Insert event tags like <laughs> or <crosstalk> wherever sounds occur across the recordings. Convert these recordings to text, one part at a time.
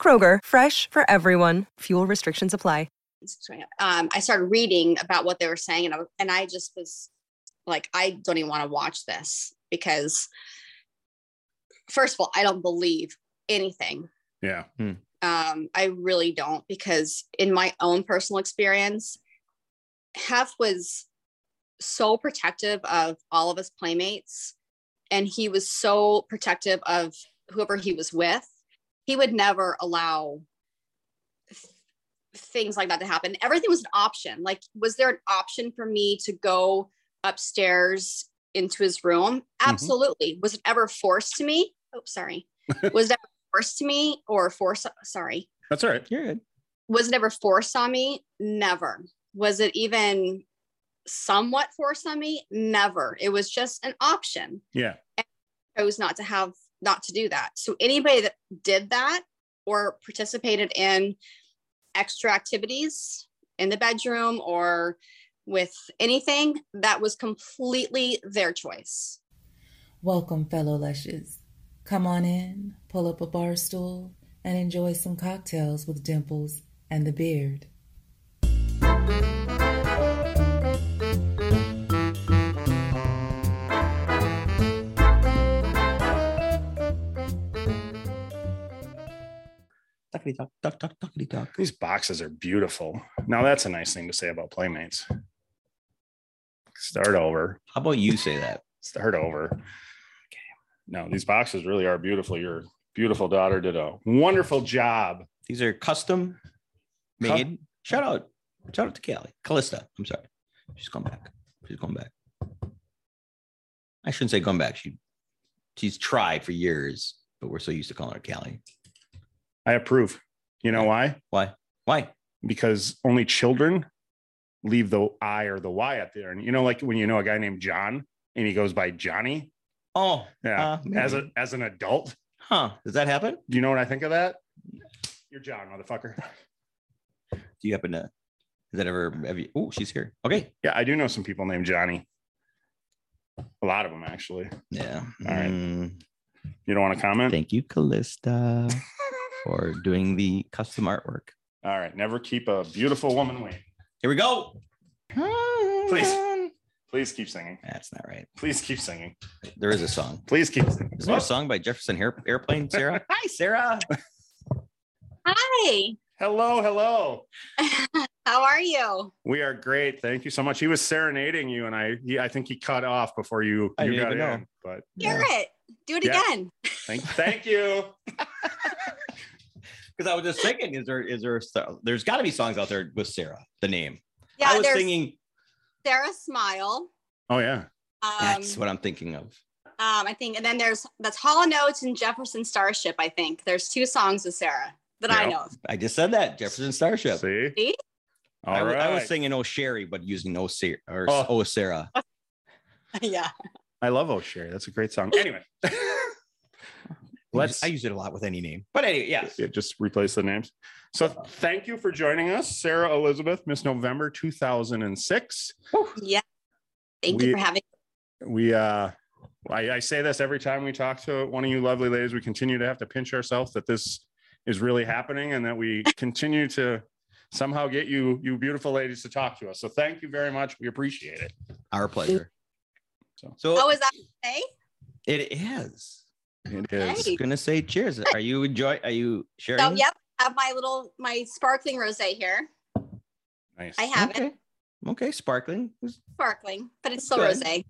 Kroger, fresh for everyone. Fuel restrictions apply. um, I started reading about what they were saying, and I, and I just was like, I don't even want to watch this because, first of all, I don't believe anything. Yeah. Um, I really don't because, in my own personal experience, Hef was so protective of all of his playmates, and he was so protective of whoever he was with. He would never allow things like that to happen. Everything was an option. Like, was there an option for me to go upstairs into his room? Absolutely. Was it ever forced to me? Oh, sorry. was it ever forced to me or forced? Sorry. That's all right. You're good. Was it ever forced on me? Never. Was it even somewhat forced on me? Never. It was just an option. Yeah. chose not to have not to do that. So anybody that did that or participated in extra activities in the bedroom or with anything, that was completely their choice. Welcome, fellow Lushes. Come on in, pull up a bar stool, and enjoy some cocktails with Dimples and the Beard. Duckity duck, duck, duck, duckity duck. These boxes are beautiful. Now that's a nice thing to say about playmates. Start over. How about you say that? Start over. Okay. No, these boxes really are beautiful. Your beautiful daughter did a wonderful job. These are custom made. Shout out. Shout out to Callie. Callista. I'm sorry. She's gone back. She's gone back. I shouldn't say gone back. She she's tried for years, but we're so used to calling her Callie. I approve. You know why? Why? Why? because only children leave the I or the Y at there. And you know, like when you know a guy named John and he goes by Johnny, Oh, yeah, Uh, as a as an adult, huh. Does that happen? do you know what I think of that? You're John, motherfucker. Do you happen to has that ever have you oh she's here. Okay. Yeah, I do know some people named Johnny. A lot of them actually. Yeah. All right. Mm, You don't want to comment? thank you, <laughs> Callista, for doing the custom artwork. All right, never keep a beautiful woman waiting. Here we go. Please. Please keep singing. That's not right. Please keep singing. There is a song. Please keep singing. Is there a song by Jefferson Air- Airplane, Sarah? Hi, Sarah. Hi, Hello, hello. <laughs> how are you? We are great. Thank you so much. He was serenading you, and I he, I think he cut off before you, I you didn't got in. even know. But Hear it. Do it Yeah. again. <laughs> thank thank you. Because I was just thinking, is there is there a so- there's got to be songs out there with Sarah the name? I Yeah, was there's thinking Sarah Smile. Oh yeah. Um, that's what I'm thinking of. um, I think, and then there's that's Hollow Notes and Jefferson Starship. I think there's two songs with Sarah that I Yeah. know of. <laughs> I just said that Jefferson Starship. See. See? All I, right. w- I was singing Oh Sherry, but using Oh Sarah or Oh. <laughs> Oh, Sarah. yeah. I love Oh Sherry. That's a great song. <laughs> Anyway, Let's. let's I use it a lot with any name. But anyway, yeah. yeah, just replace the names. So thank you for joining us, Sarah Elizabeth, Miss November two thousand and six. Yeah. Thank We- you for having we uh I, I say this every time we talk to one of you lovely ladies we continue to have to pinch ourselves that this is really happening and that we continue to somehow get you you beautiful ladies to talk to us so thank you very much we appreciate it Our pleasure. So- So Oh, is that okay? it is. it I was Hey. gonna say cheers. Are you enjoy? Are you sharing? So yep, I have my little my sparkling rosé here. nice I have it Okay. Okay. Sparkling. sparkling, but it's still Good. rosé.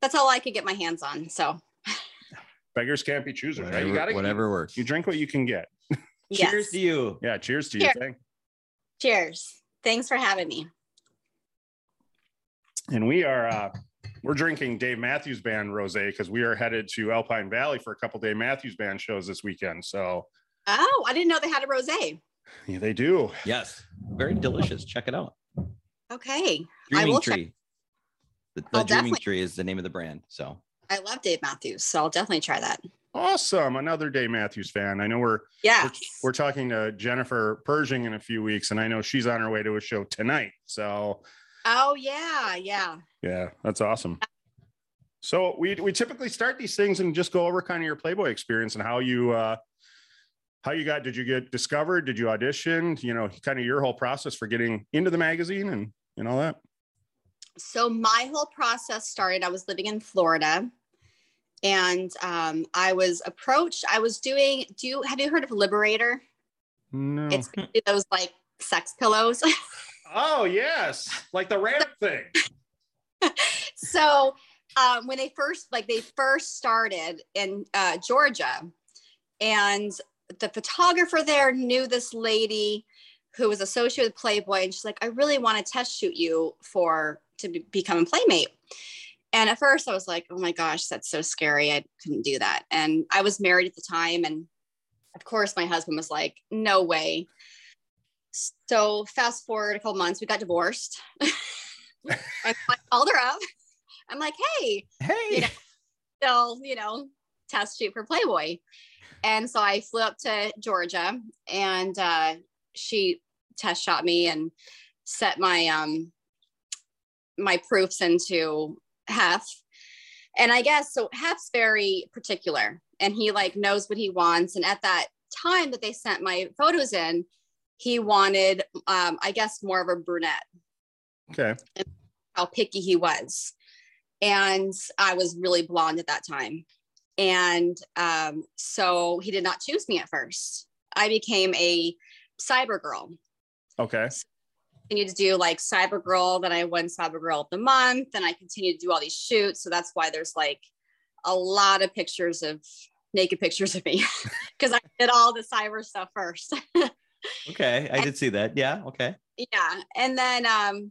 That's all I could get my hands on. So beggars can't be choosers right you Whatever- gotta whatever works. you drink what you can get yes. Cheers to you. yeah cheers to Cheers. you thing Cheers. Thanks for having me. and we are uh we're drinking Dave Matthews Band rosé because we are headed to Alpine Valley for a couple day Matthews Band shows this weekend. So Oh, I didn't know they had a rosé. Yeah, they do. Yes, very delicious. Check it out. Okay. I Dreaming will check- Tree. The, the I'll Dreaming definitely- Tree is the name of the brand. So I love Dave Matthews, so I'll definitely try that. Awesome. Another day Matthews fan. I know we're Yeah. we're talking to Jennifer Pershing in a few weeks, and I know she's on her way to a show tonight. So Oh yeah, yeah. yeah, that's awesome. So we we typically start these things and just go over kind of your Playboy experience and how you uh how you got did you get discovered? Did you audition? You know, kind of your whole process for getting into the magazine and and all that. so my whole process started i was living in florida and um, i was approached i was doing do you have you heard of liberator No. it's basically those like sex pillows oh yes, like the ramp thing. so um, when they first like they first started in uh, georgia and the photographer there knew this lady who was associated with playboy and she's like i really want to test shoot you for to be- become a playmate and at first i was like oh my gosh that's so scary i couldn't do that and i was married at the time and of course my husband was like no way so fast forward a couple months we got divorced <laughs> I called her up. I'm like, hey, hey, they'll, you know, test shoot for Playboy. And so I flew up to Georgia and uh, she test shot me and set my um my proofs into Hef. And I guess so Hef's very particular and he like knows what he wants. And at that time that they sent my photos in, he wanted um, I guess more of a brunette Okay. how picky he was. And I was really blonde at that time. And um, so he did not choose me at first. I became a cyber girl. Okay. Continued to do like cyber girl, then I won cyber girl of the month, and I continued to do all these shoots. So that's why there's like a lot of pictures of naked pictures of me <laughs> because I did all the cyber stuff first. okay, I did see that. Yeah, okay. yeah and then um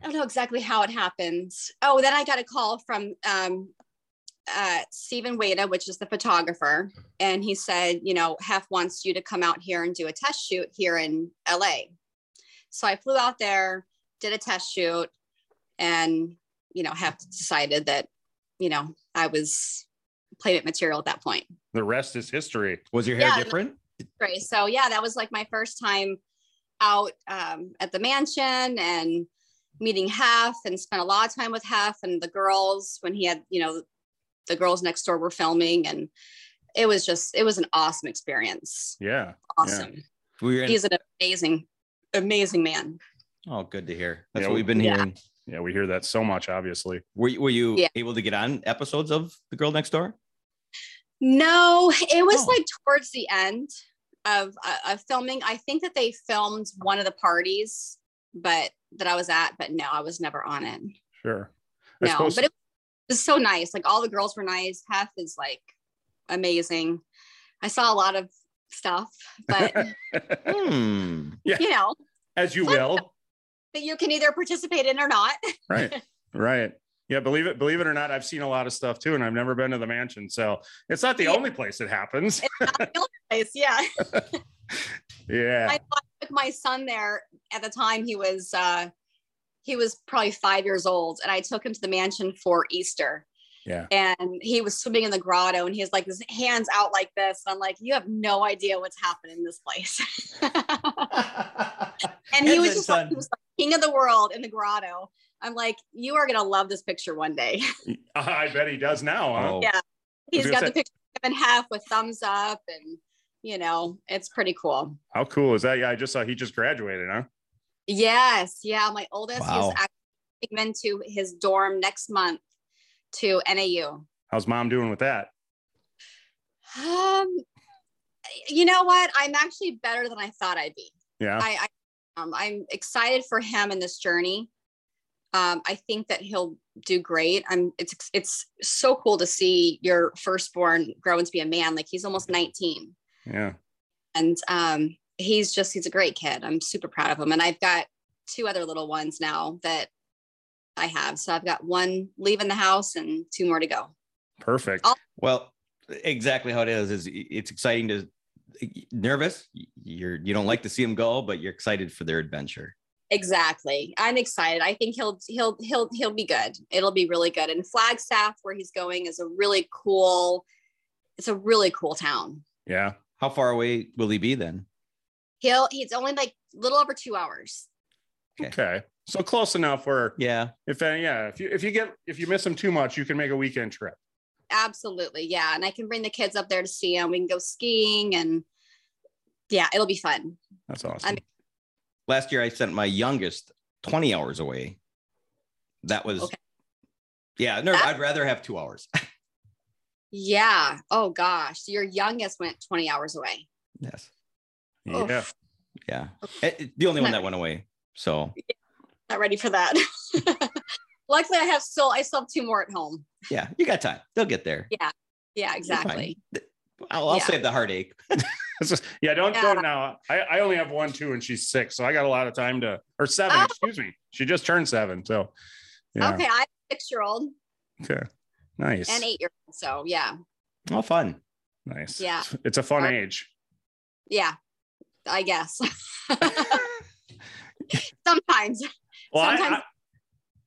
i don't know exactly how it happened oh then i got a call from um uh stephen wada which is the photographer and he said you know hef wants you to come out here and do a test shoot here in la so i flew out there did a test shoot and you know hef decided that you know i was playmate material at that point The rest is history. Was your hair Yeah, no- different? Right. So yeah, that was like my first time out um, at the mansion and meeting Hef and spent a lot of time with Hef and the girls when he had, you know, the girls next door were filming and it was just it was an awesome experience. Yeah. Awesome. We were in, He's an amazing, amazing man. oh, good to hear. That's Yeah, what we've been yeah. hearing. Yeah, we hear that so much, obviously. Were you, were you Yeah. able to get on episodes of The Girl Next Door? No, it was Oh. like towards the end of uh, of filming. I think that they filmed one of the parties, but that I was at, but no, I was never on it. Sure. I no, suppose- but it was so nice. Like all the girls were nice. Hef is like amazing. I saw a lot of stuff, but <laughs> Hmm. you know as you will. that you can either participate in or not. <laughs> Right. Right. Yeah, believe it, believe it or not, I've seen a lot of stuff too, and I've never been to the mansion. So it's not the Yeah. only place it happens. Place, yeah. <laughs> Yeah. I thought I took my son there at the time. He was uh, he was probably five years old, and I took him to the mansion for Easter. Yeah. And he was swimming in the grotto, and he was like his hands out like this, and I'm like, you have no idea what's happening in this place. <laughs> and he That's was my just like, son. he was like king of the world in the grotto. I'm like, you are gonna love this picture one day. <laughs> <laughs> I bet he does now. Huh? Oh, Yeah. He's gonna got say- the picture of him in half with thumbs up, and you know, it's pretty cool. How cool is that? Yeah, I just saw he just graduated, huh? Yes, yeah. My oldest Wow. is actually moving into his dorm next month to NAU. How's mom doing with that? Um, you know what? I'm actually better than I thought I'd be. Yeah. I, I um, I'm excited for him in this journey. Um, I think that he'll do great. I'm. It's it's so cool to see your firstborn grow into be a man. Like he's almost 19, yeah. and um, he's just he's a great kid. I'm super proud of him. And I've got two other little ones now that I have. So I've got one leaving the house and two more to go. Perfect. I'll- Well, exactly how it is. Is it's exciting to nervous. You're you don't like to see them go, but you're excited for their adventure. Exactly. I'm excited. I think he'll he'll he'll he'll be good. It'll be really good. And Flagstaff, where he's going, is a really cool. It's a really cool town. Yeah. How far away will he be then? He'll he's only like a little over two hours. Okay. Okay. So close enough where Yeah, if uh, yeah, if you if you get if you miss them too much, you can make a weekend trip. Absolutely, yeah. And I can bring the kids up there to see him. We can go skiing, and yeah, it'll be fun. That's awesome. last year I sent my youngest 20 hours away. That was Okay. yeah, no, That- I'd rather have two hours. <laughs> Yeah. Oh gosh, your youngest went 20 hours away. yes. Oof. yeah. Yeah. It- it- the only one that went away. So Not ready for that. <laughs> Luckily, I have still I still have two more at home. yeah, you got time. They'll get there. Yeah, You're fine. exactly. Th- I'll, I'll Yeah. save the heartache. It's just- yeah, don't Yeah. don't now. I, I only have one, two, and she's six, so I got a lot of time to or seven. Oh. Excuse me, she just turned seven, so yeah, Okay, I have a six year old okay. nice, and eight year old. So yeah, <laughs> Oh, fun. nice. Yeah. Uh, It's- it's a fun Our- age. yeah, I guess. <laughs> Oh, Sometimes. Well, I- Sometimes-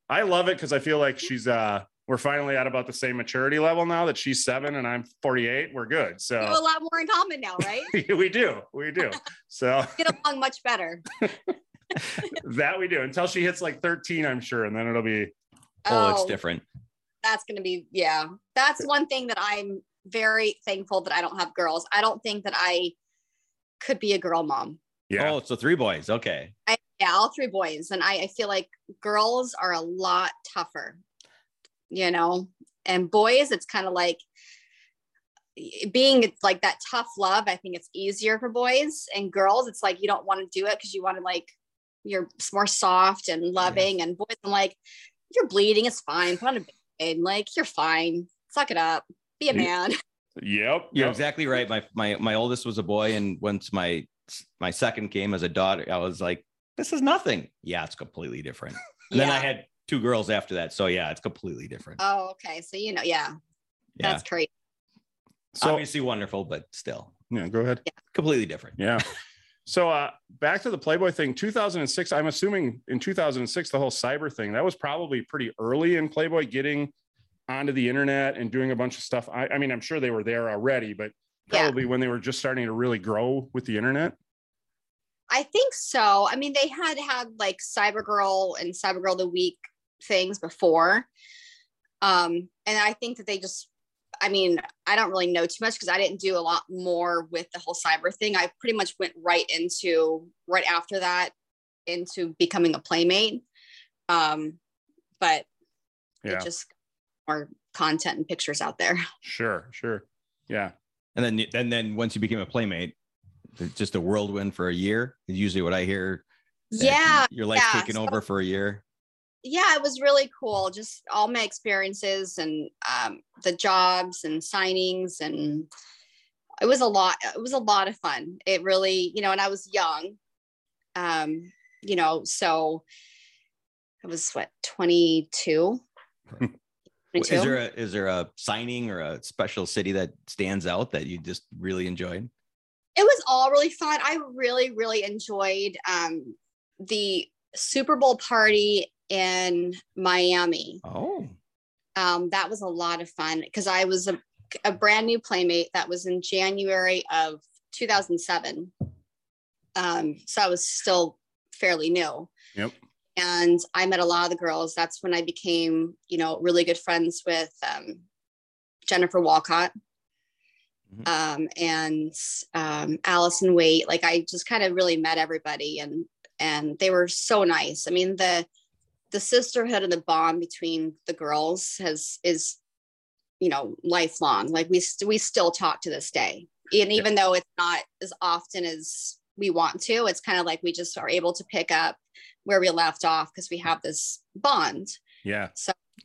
I, I love it because I feel like she's uh we're finally at about the same maturity level now that she's seven and I'm 48. We're good, We have a so lot more in common now, right? <laughs> we do, we <laughs> do. So Get along much better. that we do until she hits like 13, I'm sure, and then it'll be Oh, it's different. that's going to be, yeah. That's one thing that I'm very thankful that I don't have girls. I don't think that I could be a girl mom. yeah, Oh, so three boys. Okay. I, yeah, all three boys. And I, I feel like girls are a lot tougher, you know, and boys, it's kind of like being like that tough love. I think it's easier for boys and girls. It's like you don't want to do it because you want to like, you're more soft and loving. And boys, I'm like, you're bleeding. It's fine. Put on a band. Like, you're fine. Suck it up. Be a Yeah. man. <laughs> yep, You're yep. exactly right. My my my oldest was a boy, and once my my second came as a daughter, I was like, this is nothing. Yeah, it's completely different. And then I Yeah. had two girls after that. So yeah, it's completely different. Oh, okay. So, you know, yeah, yeah. that's crazy. So Obviously wonderful, but still yeah, go ahead. completely different. Yeah. So uh, back to the Playboy thing, 2006. I'm assuming in 2006, the whole cyber thing that was probably pretty early in Playboy getting onto the internet and doing a bunch of stuff. I, I mean, I'm sure they were there already, but Yeah. probably when they were just starting to really grow with the internet. I think so. I mean, they had had like Cybergirl and Cybergirl of the Week things before. Um, and I think that they just, I mean, I don't really know too much because I didn't do a lot more with the whole cyber thing. I pretty much went right into, right after that, into becoming a playmate. Um, but Yeah. it just more content and pictures out there. Sure. Sure. Yeah. And then and then once you became a playmate, it's just a whirlwind for a year is usually what I hear. that Yeah. Your life's yeah, taken so- over for a year. yeah, it was really cool. Just all my experiences and um, the jobs and signings and it was a lot. It was a lot of fun. It really, you know, and I was young, um, you know, so I was what 22. Is 22? there a is there a signing or a special city that stands out that you just really enjoyed? it was all really fun. I really, really enjoyed um, the Super Bowl party in Miami. Oh, um, that was a lot of fun because I was a, a brand new playmate that was in January of 2007. Um, so I was still fairly new. Yep. And I met a lot of the girls. That's when I became, you know, really good friends with um, Jennifer Walcott Mhm. um, and um, Allison Wait. Like I just kind of really met everybody, and and they were so nice. I mean the the sisterhood and the bond between the girls has is you know lifelong like we st- we still talk to this day and even though it's not as often as we want to it's kind of like we just are able to pick up where we left off because we have this bond Yeah.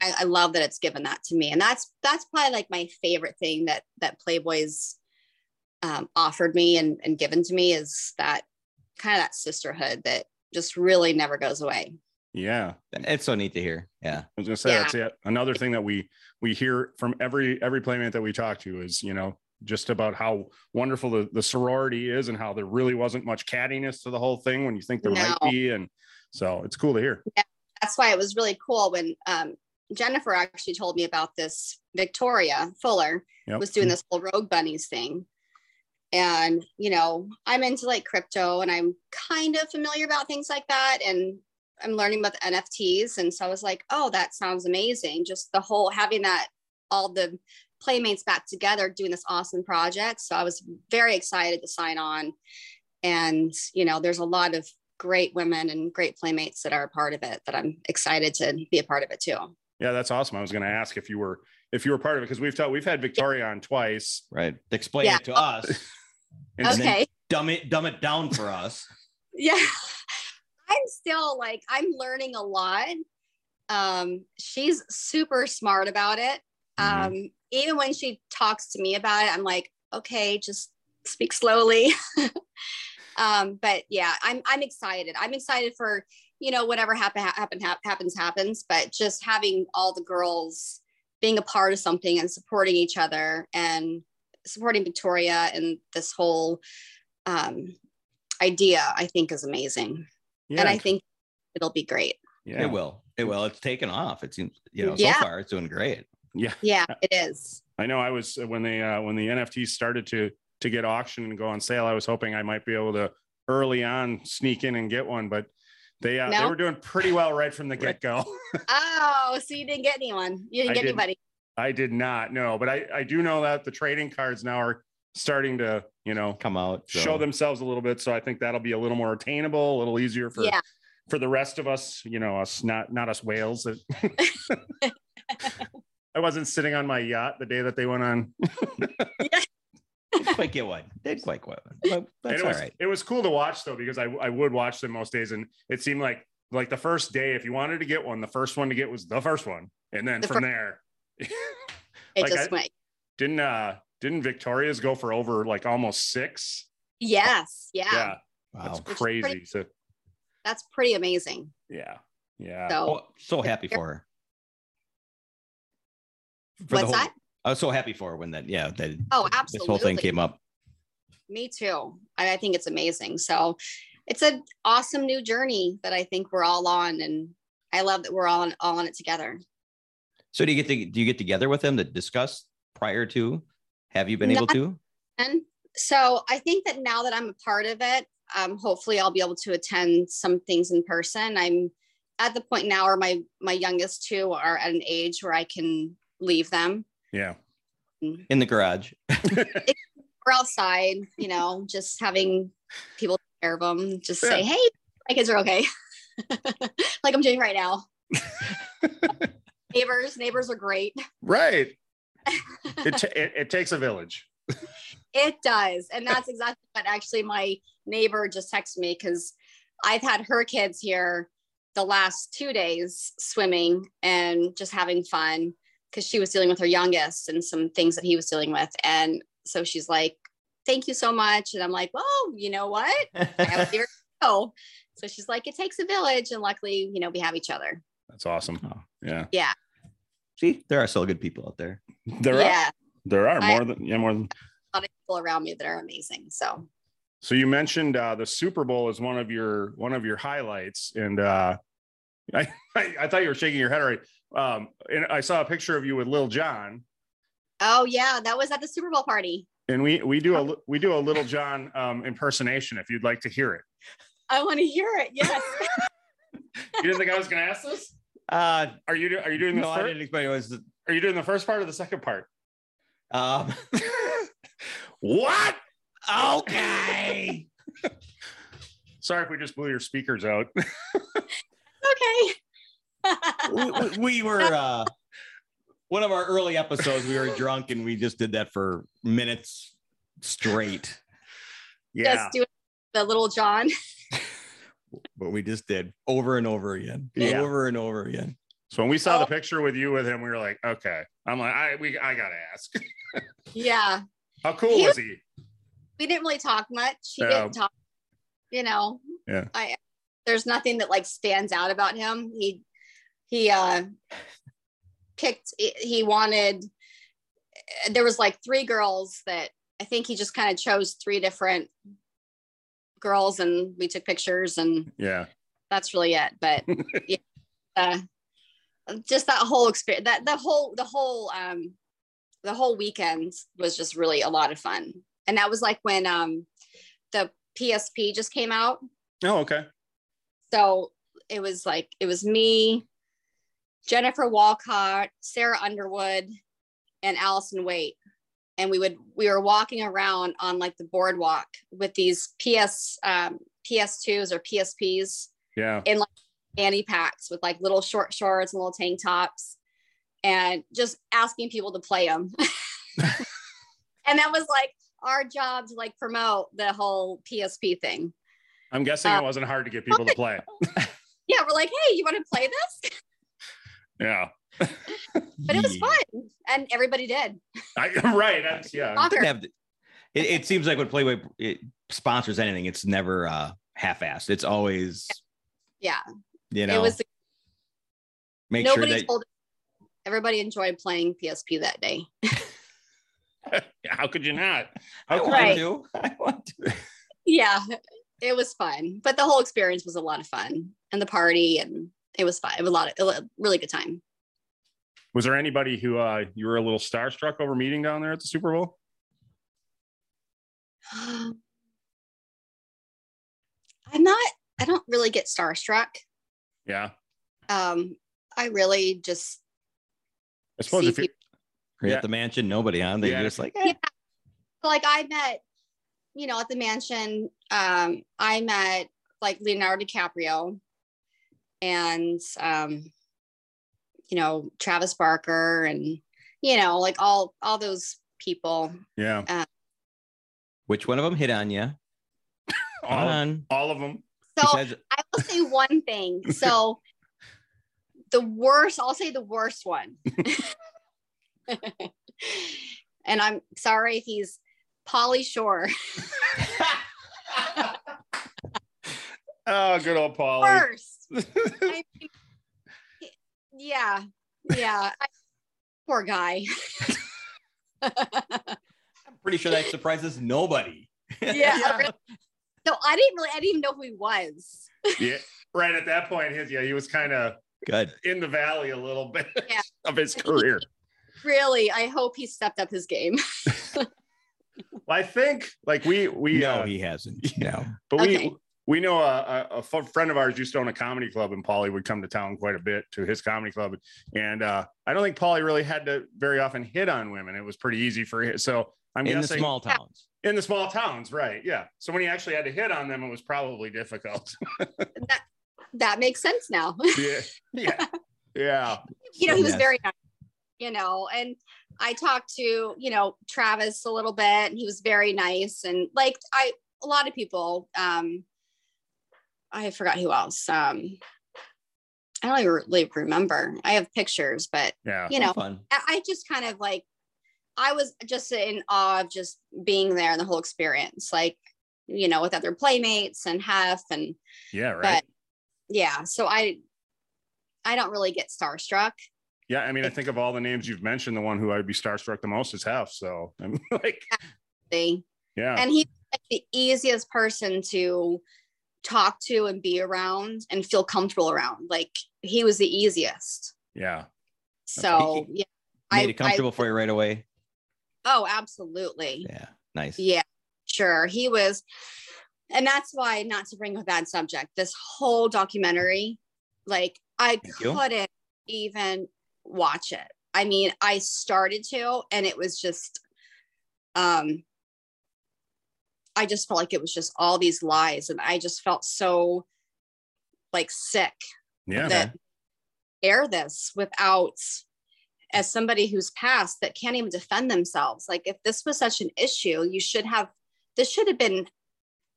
I, I love that it's given that to me and that's that's probably like my favorite thing that that playboys um, offered me and, and given to me is that kind of that sisterhood that just really never goes away Yeah. it's so neat to hear. Yeah, I was gonna say Yeah. that's it. Another thing that we we hear from every every playmate that we talk to is you know just about how wonderful the, the sorority is and how there really wasn't much cattiness to the whole thing when you think there No. might be. And so it's cool to hear. that's why it was really cool when um, Jennifer actually told me about this. Victoria Fuller Yep. was doing this whole Rogue Bunnies thing. And, you know, I'm into like crypto and I'm kind of familiar about things like that. And I'm learning about the NFTs. And so I was like, oh, that sounds amazing. Just the whole having that, all the playmates back together doing this awesome project. So I was very excited to sign on. And, you know, there's a lot of great women and great playmates that are a part of it that I'm excited to be a part of it too. Yeah, that's awesome. I was going to ask if you were if you were part of it because we've taught we've had Victoria on twice. Right. Explain Yeah. it to us. And Okay. Okay. Dumb it, dumb it down for <laughs> us. yeah <laughs> i'm still like i'm learning a lot um she's super smart about it um even when she talks to me about it i'm like okay just speak slowly <laughs> um but yeah i'm i'm excited i'm excited for you know whatever happen, happen hap- happens happens but just having all the girls being a part of something and supporting each other and supporting victoria and this whole um idea I think is amazing. yeah, And I think it'll be great. yeah. It will. It will. It's taken off. It seems, you know, Yeah. so far it's doing great. yeah. Yeah, it is. I know I was when they uh, when the NFTs started to to get auctioned and go on sale. I was hoping I might be able to early on sneak in and get one, but they uh, they No? were doing pretty well right from the get go. Oh, so you didn't get anyone. You didn't I get didn't. anybody. <laughs> I did not know, but I I do know that the trading cards now are starting to you know Come out. so- show themselves a little bit. So I think that'll be a little more attainable, a little easier for Yeah. for the rest of us. You know, us not not us whales. That <laughs> <laughs> I wasn't sitting on my yacht the day that they went on. Didn't quite get one. Didn't quite get one. But it that's all was right. it was cool to watch though because I I would watch them most days, and it seemed like like the first day if you wanted to get one, the first one to get was the first one, and then The from there. <laughs> It Like, just I- went. didn't uh didn't Victoria's go for over like almost six? Yes. Yeah. Yeah, that's Wow. Which is crazy. pretty- so That's pretty amazing. yeah, yeah. So Oh, so happy for her. For the what's whole- that? I was so happy for her when that, yeah, that Oh, this absolutely. whole thing came up. Me too. I, I think it's amazing. So it's an awesome new journey that I think we're all on. And I love that we're all on, all on it together. So do you get to do you get together with them to discuss prior to? Have you been able Not- to? And so I think that now that I'm a part of it, um, hopefully I'll be able to attend some things in person. I'm at the point now where my my youngest two are at an age where I can leave them. Yeah. In the garage. We're outside, you know, <laughs> just having people take care of them. Just say, Yeah. "Hey, my kids are okay," <laughs> like I'm doing right now. <laughs> neighbors, neighbors are great. Right. It, ta- it it takes a village. It does. And that's exactly what actually my neighbor just texted me because I've had her kids here the last two days swimming and just having fun because she was dealing with her youngest and some things that he was dealing with. And so she's like, Thank you so much. And I'm like, Well, you know what? I <laughs> have a go. So she's like, It takes a village. And luckily, you know, we have each other. That's awesome. Oh. Yeah. See, there are still good people out there. There are yeah. there are I- more than yeah, more than A lot of people around me that are amazing. So So you mentioned uh, the Super Bowl is one of your one of your highlights, and uh, I, <laughs> I I thought you were shaking your head already. Um, and I saw a picture of you with Lil John, oh yeah, that was at the Super Bowl party. and we we do a li- we do a Lil John um, impersonation if you'd like to hear it. I want to hear it. Yes. You didn't think I was going to ask this? Uh Are you do- are you doing the no, I fir- didn't expect it was are you doing the first part or the second part? um <laughs> What? okay. Sorry if we just blew your speakers out. <laughs> okay. we, we- we were uh one of our early episodes, we were drunk and we just did that for minutes straight. yeah, Just do the little John. <laughs> But we just did over and over again. Yeah. Over and over again. So when we saw the picture with you with him, we were like, okay. I'm like, I we I gotta ask. <laughs> Yeah. How cool He was he? We didn't really talk much. He Yeah. didn't talk, you know. Yeah. I there's nothing that like stands out about him. He he uh picked he wanted there was like three girls that I think he just kind of chose three different girls and we took pictures and Yeah. <laughs> that's really it. But yeah, uh, just that whole experience, that the whole the whole um, the whole weekend was just really a lot of fun. And that was like when um, the PSP just came out, Oh, okay. so it was like it was me, Jennifer Walcott, Sarah Underwood, and Allison Waite. And we would we were walking around on like the boardwalk with these PS um, PS2s or PSPs Yeah. fanny packs with like little short shorts and little tank tops and just asking people to play them. <laughs> and that was like our job to like promote the whole PSP thing. I'm guessing Uh, it wasn't hard to get people to play. Yeah, we're like, hey, you want to play this? <laughs> Yeah. But it was Yeah. fun. And everybody did. I, <laughs> right. That's, yeah. It didn't Soccer. have to- it, it seems like when Playboy it sponsors anything, it's never uh, half-assed. It's always, Yeah. you know, it was make nobody sure that told everybody enjoyed playing PSP that day. How could you not? I want Right. to. <laughs> I want to. Yeah. It was fun. But the whole experience was a lot of fun. And the party and it was fun. It was a lot of a really good time. Was there anybody who uh, you were a little starstruck over meeting down there at the Super Bowl? I'm not, I don't really get starstruck. Yeah. Um, I really just I suppose see if you people. You're Yeah. at the mansion, nobody, huh? They're Yeah. just like, eh. like I met, you know, at the mansion, um, I met like Leonardo DiCaprio and, um, you know, Travis Barker and, you know, like all, all those people. yeah, which one of them hit on you? Come all, on. all of them. So Besides, I will say one thing. So the worst, I'll say the worst one. <laughs> and I'm sorry, he's Polly Shore. Oh, good old Polly. Worst. I mean, yeah. Yeah. I- poor guy. I'm pretty sure that surprises nobody. Yeah. So I didn't really, I didn't even know who he was. yeah, right at that point, his yeah, he was kind of Good. in the valley a little bit Yeah. <laughs> of his career. Really, I hope he stepped up his game. <laughs> Well, I think like we we no, uh, <laughs> he hasn't. No. but Okay. we we know uh, a, a, a fo- friend of ours used to own a comedy club, and Polly would come to town quite a bit to his comedy club. And uh, I don't think Polly really had to very often hit on women. It was pretty easy for him. So I'm In the guessing small towns. in the small towns, right? Yeah. So when he actually had to hit on them, it was probably difficult. <laughs> That, that makes sense now. yeah, yeah, yeah. you know, he was Yes. very nice, you know, and I talked to, you know, Travis a little bit and he was very nice. And like, I, a lot of people, um, I forgot who else, um, I don't even really remember. I have pictures, but yeah. you know, Fun. I I just kind of like, I was just in awe of just being there and the whole experience, like, you know, with other playmates and Hef and Yeah, right. yeah. So I, I don't really get starstruck. yeah, I mean, I think of all the names you've mentioned, the one who I'd be starstruck the most is Hef. So I'm <laughs> like, They, yeah, and he's like the easiest person to talk to and be around and feel comfortable around like he was the easiest yeah, so yeah Made it comfortable for you right away. oh absolutely Yeah. Nice. yeah sure he was and that's why not to bring up that subject this whole documentary like i Thank you. couldn't even watch it i mean i started to and it was just um i just felt like it was just all these lies and i just felt so like sick yeah, that air this without as somebody who's passed that can't even defend themselves like if this was such an issue you should have this should have been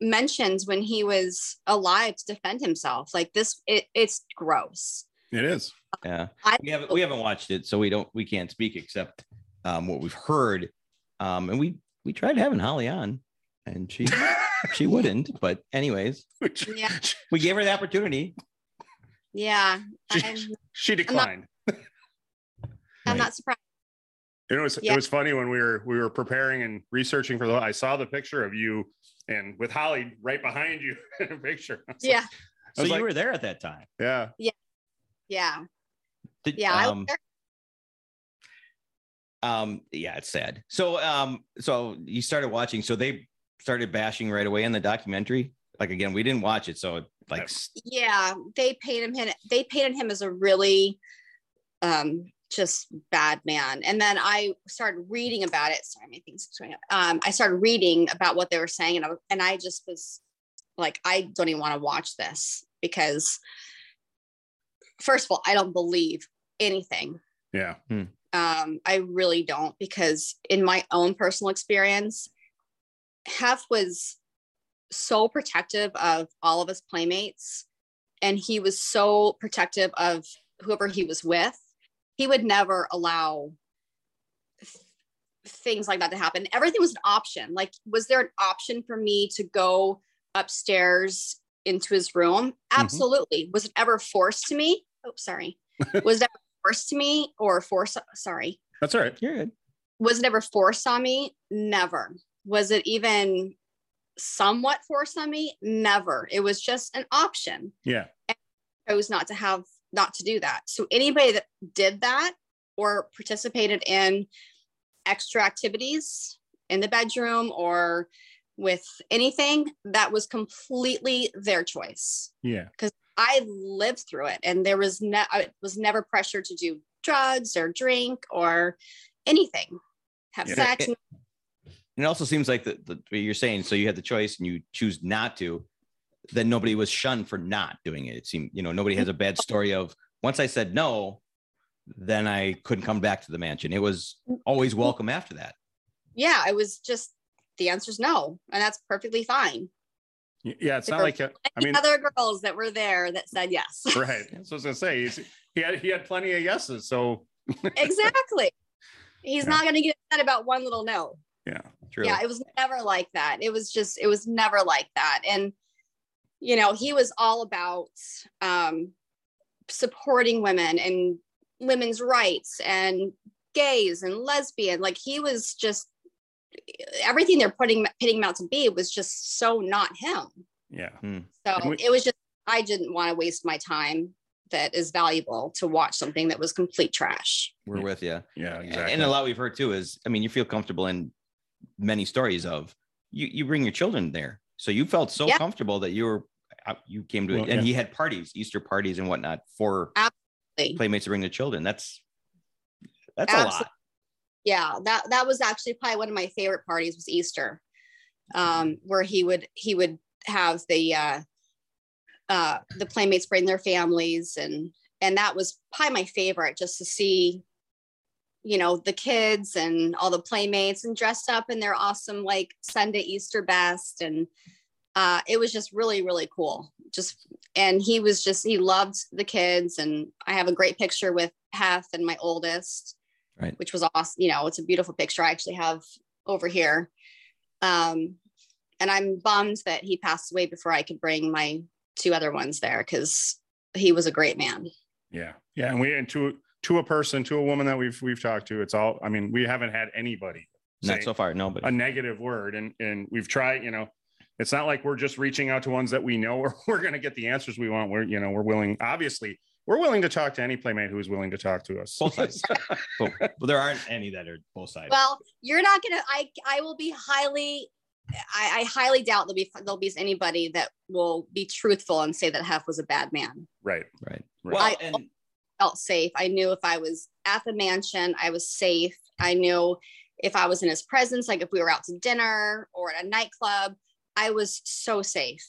mentioned when he was alive to defend himself like this it, it's gross it is. <laughs> Yeah. I- we haven't we haven't watched it, so we don't we can't speak except um what we've heard. Um and we we tried having Holly on and she she wouldn't, but anyways, Which- yeah we gave her the opportunity. yeah She- I'm, she declined. I'm Right. not surprised It was Yeah. it was funny when we were we were preparing and researching for the. I saw the picture of you and with Holly right behind you <laughs> in a picture. I was like- Yeah. I So was you like- were there at that time. yeah. Yeah. Did- Yeah. I um, um, yeah, it's sad. So, um, so you started watching. So they started bashing right away in the documentary. Like again, we didn't watch it, so like s- yeah they painted him they painted him as a really um just bad man and then i started reading about it sorry my things going up. um i started reading about what they were saying and i, was- and I just was like i don't even want to watch this because first of all i don't believe anything Yeah. Hmm. um, I really don't because in my own personal experience, Hef was so protective of all of his playmates, and he was so protective of whoever he was with. He would never allow th- things like that to happen. Everything was an option. Like, was there an option for me to go upstairs into his room? Absolutely. Was it ever forced to me? Oh, sorry. Was it ever forced to me or forced? Sorry. That's all right. you're good. Was it ever forced on me? Never. Was it even somewhat forced on me? Never. It was just an option Yeah. chose not to have not to do that. So anybody that did that or participated in extra activities in the bedroom or with anything that was completely their choice. Yeah. I lived through it and there was no I was never pressured to do drugs or drink or anything. Have Yeah. sex. And it also seems like the, the what you're saying. So you had the choice, and you choose not to. Then nobody was shunned for not doing it. It seemed you know nobody has a bad story of once I said no, then I couldn't come back to the mansion. It was always welcome after that. yeah, it was just the answer is no. And that's perfectly fine. Y- Yeah. It's not like a- I Any mean. other girls that were there that said yes. <laughs> <laughs> Right. That's what I was gonna say. He's, he had he had plenty of yeses. So exactly. He's Yeah. not going to get upset about one little no. yeah. True. Yeah, it was never like that. It was just, it was never like that. And, you know, he was all about um, supporting women and women's rights and gays and lesbian. Like he was just, everything they're putting, pitting him out to be was just so not him. Yeah. So And we- it was just, I didn't want to waste my time that is valuable to watch something that was complete trash. We're with you. Yeah. A- Exactly. And a lot we've heard too is, I mean, you feel comfortable in many stories of you. You bring your children there, so you felt so Yeah. comfortable that you were uh, you came to it, Well, and yeah. he had parties, Easter parties and whatnot for Like, playmates to bring their children. That's that's a lot. Absolutely. yeah that that was actually probably one of my favorite parties was easter um where he would he would have the uh uh the playmates bring their families and and that was probably my favorite just to see you know the kids and all the playmates and dressed up in their awesome like sunday easter best and uh it was just really really cool just and he was just he loved the kids and i have a great picture with half and my oldest which was awesome. You know, it's a beautiful picture I actually have over here. Um, and I'm bummed that he passed away before I could bring my two other ones there because he was a great man. Yeah, yeah, and we and to to a person, to a woman that we've we've talked to, it's all. I mean, we haven't had anybody Not say so far, no, but a negative word, and and we've tried. You know, it's not like we're just reaching out to ones that we know <laughs> or we're going to get the answers we want. We're you know we're willing, obviously, we're willing to talk to any playmate who is willing to talk to us. both sides. Boom. <laughs> well, there aren't any that are both sides. Well, you're not gonna. I I will be highly. I, I highly doubt there'll be there'll be anybody that will be truthful and say that Hef was a bad man. <laughs> right. right. Right. Well, I- and felt safe. I knew if I was at the mansion, I was safe. I knew if I was in his presence, like if we were out to dinner or at a nightclub, I was so safe.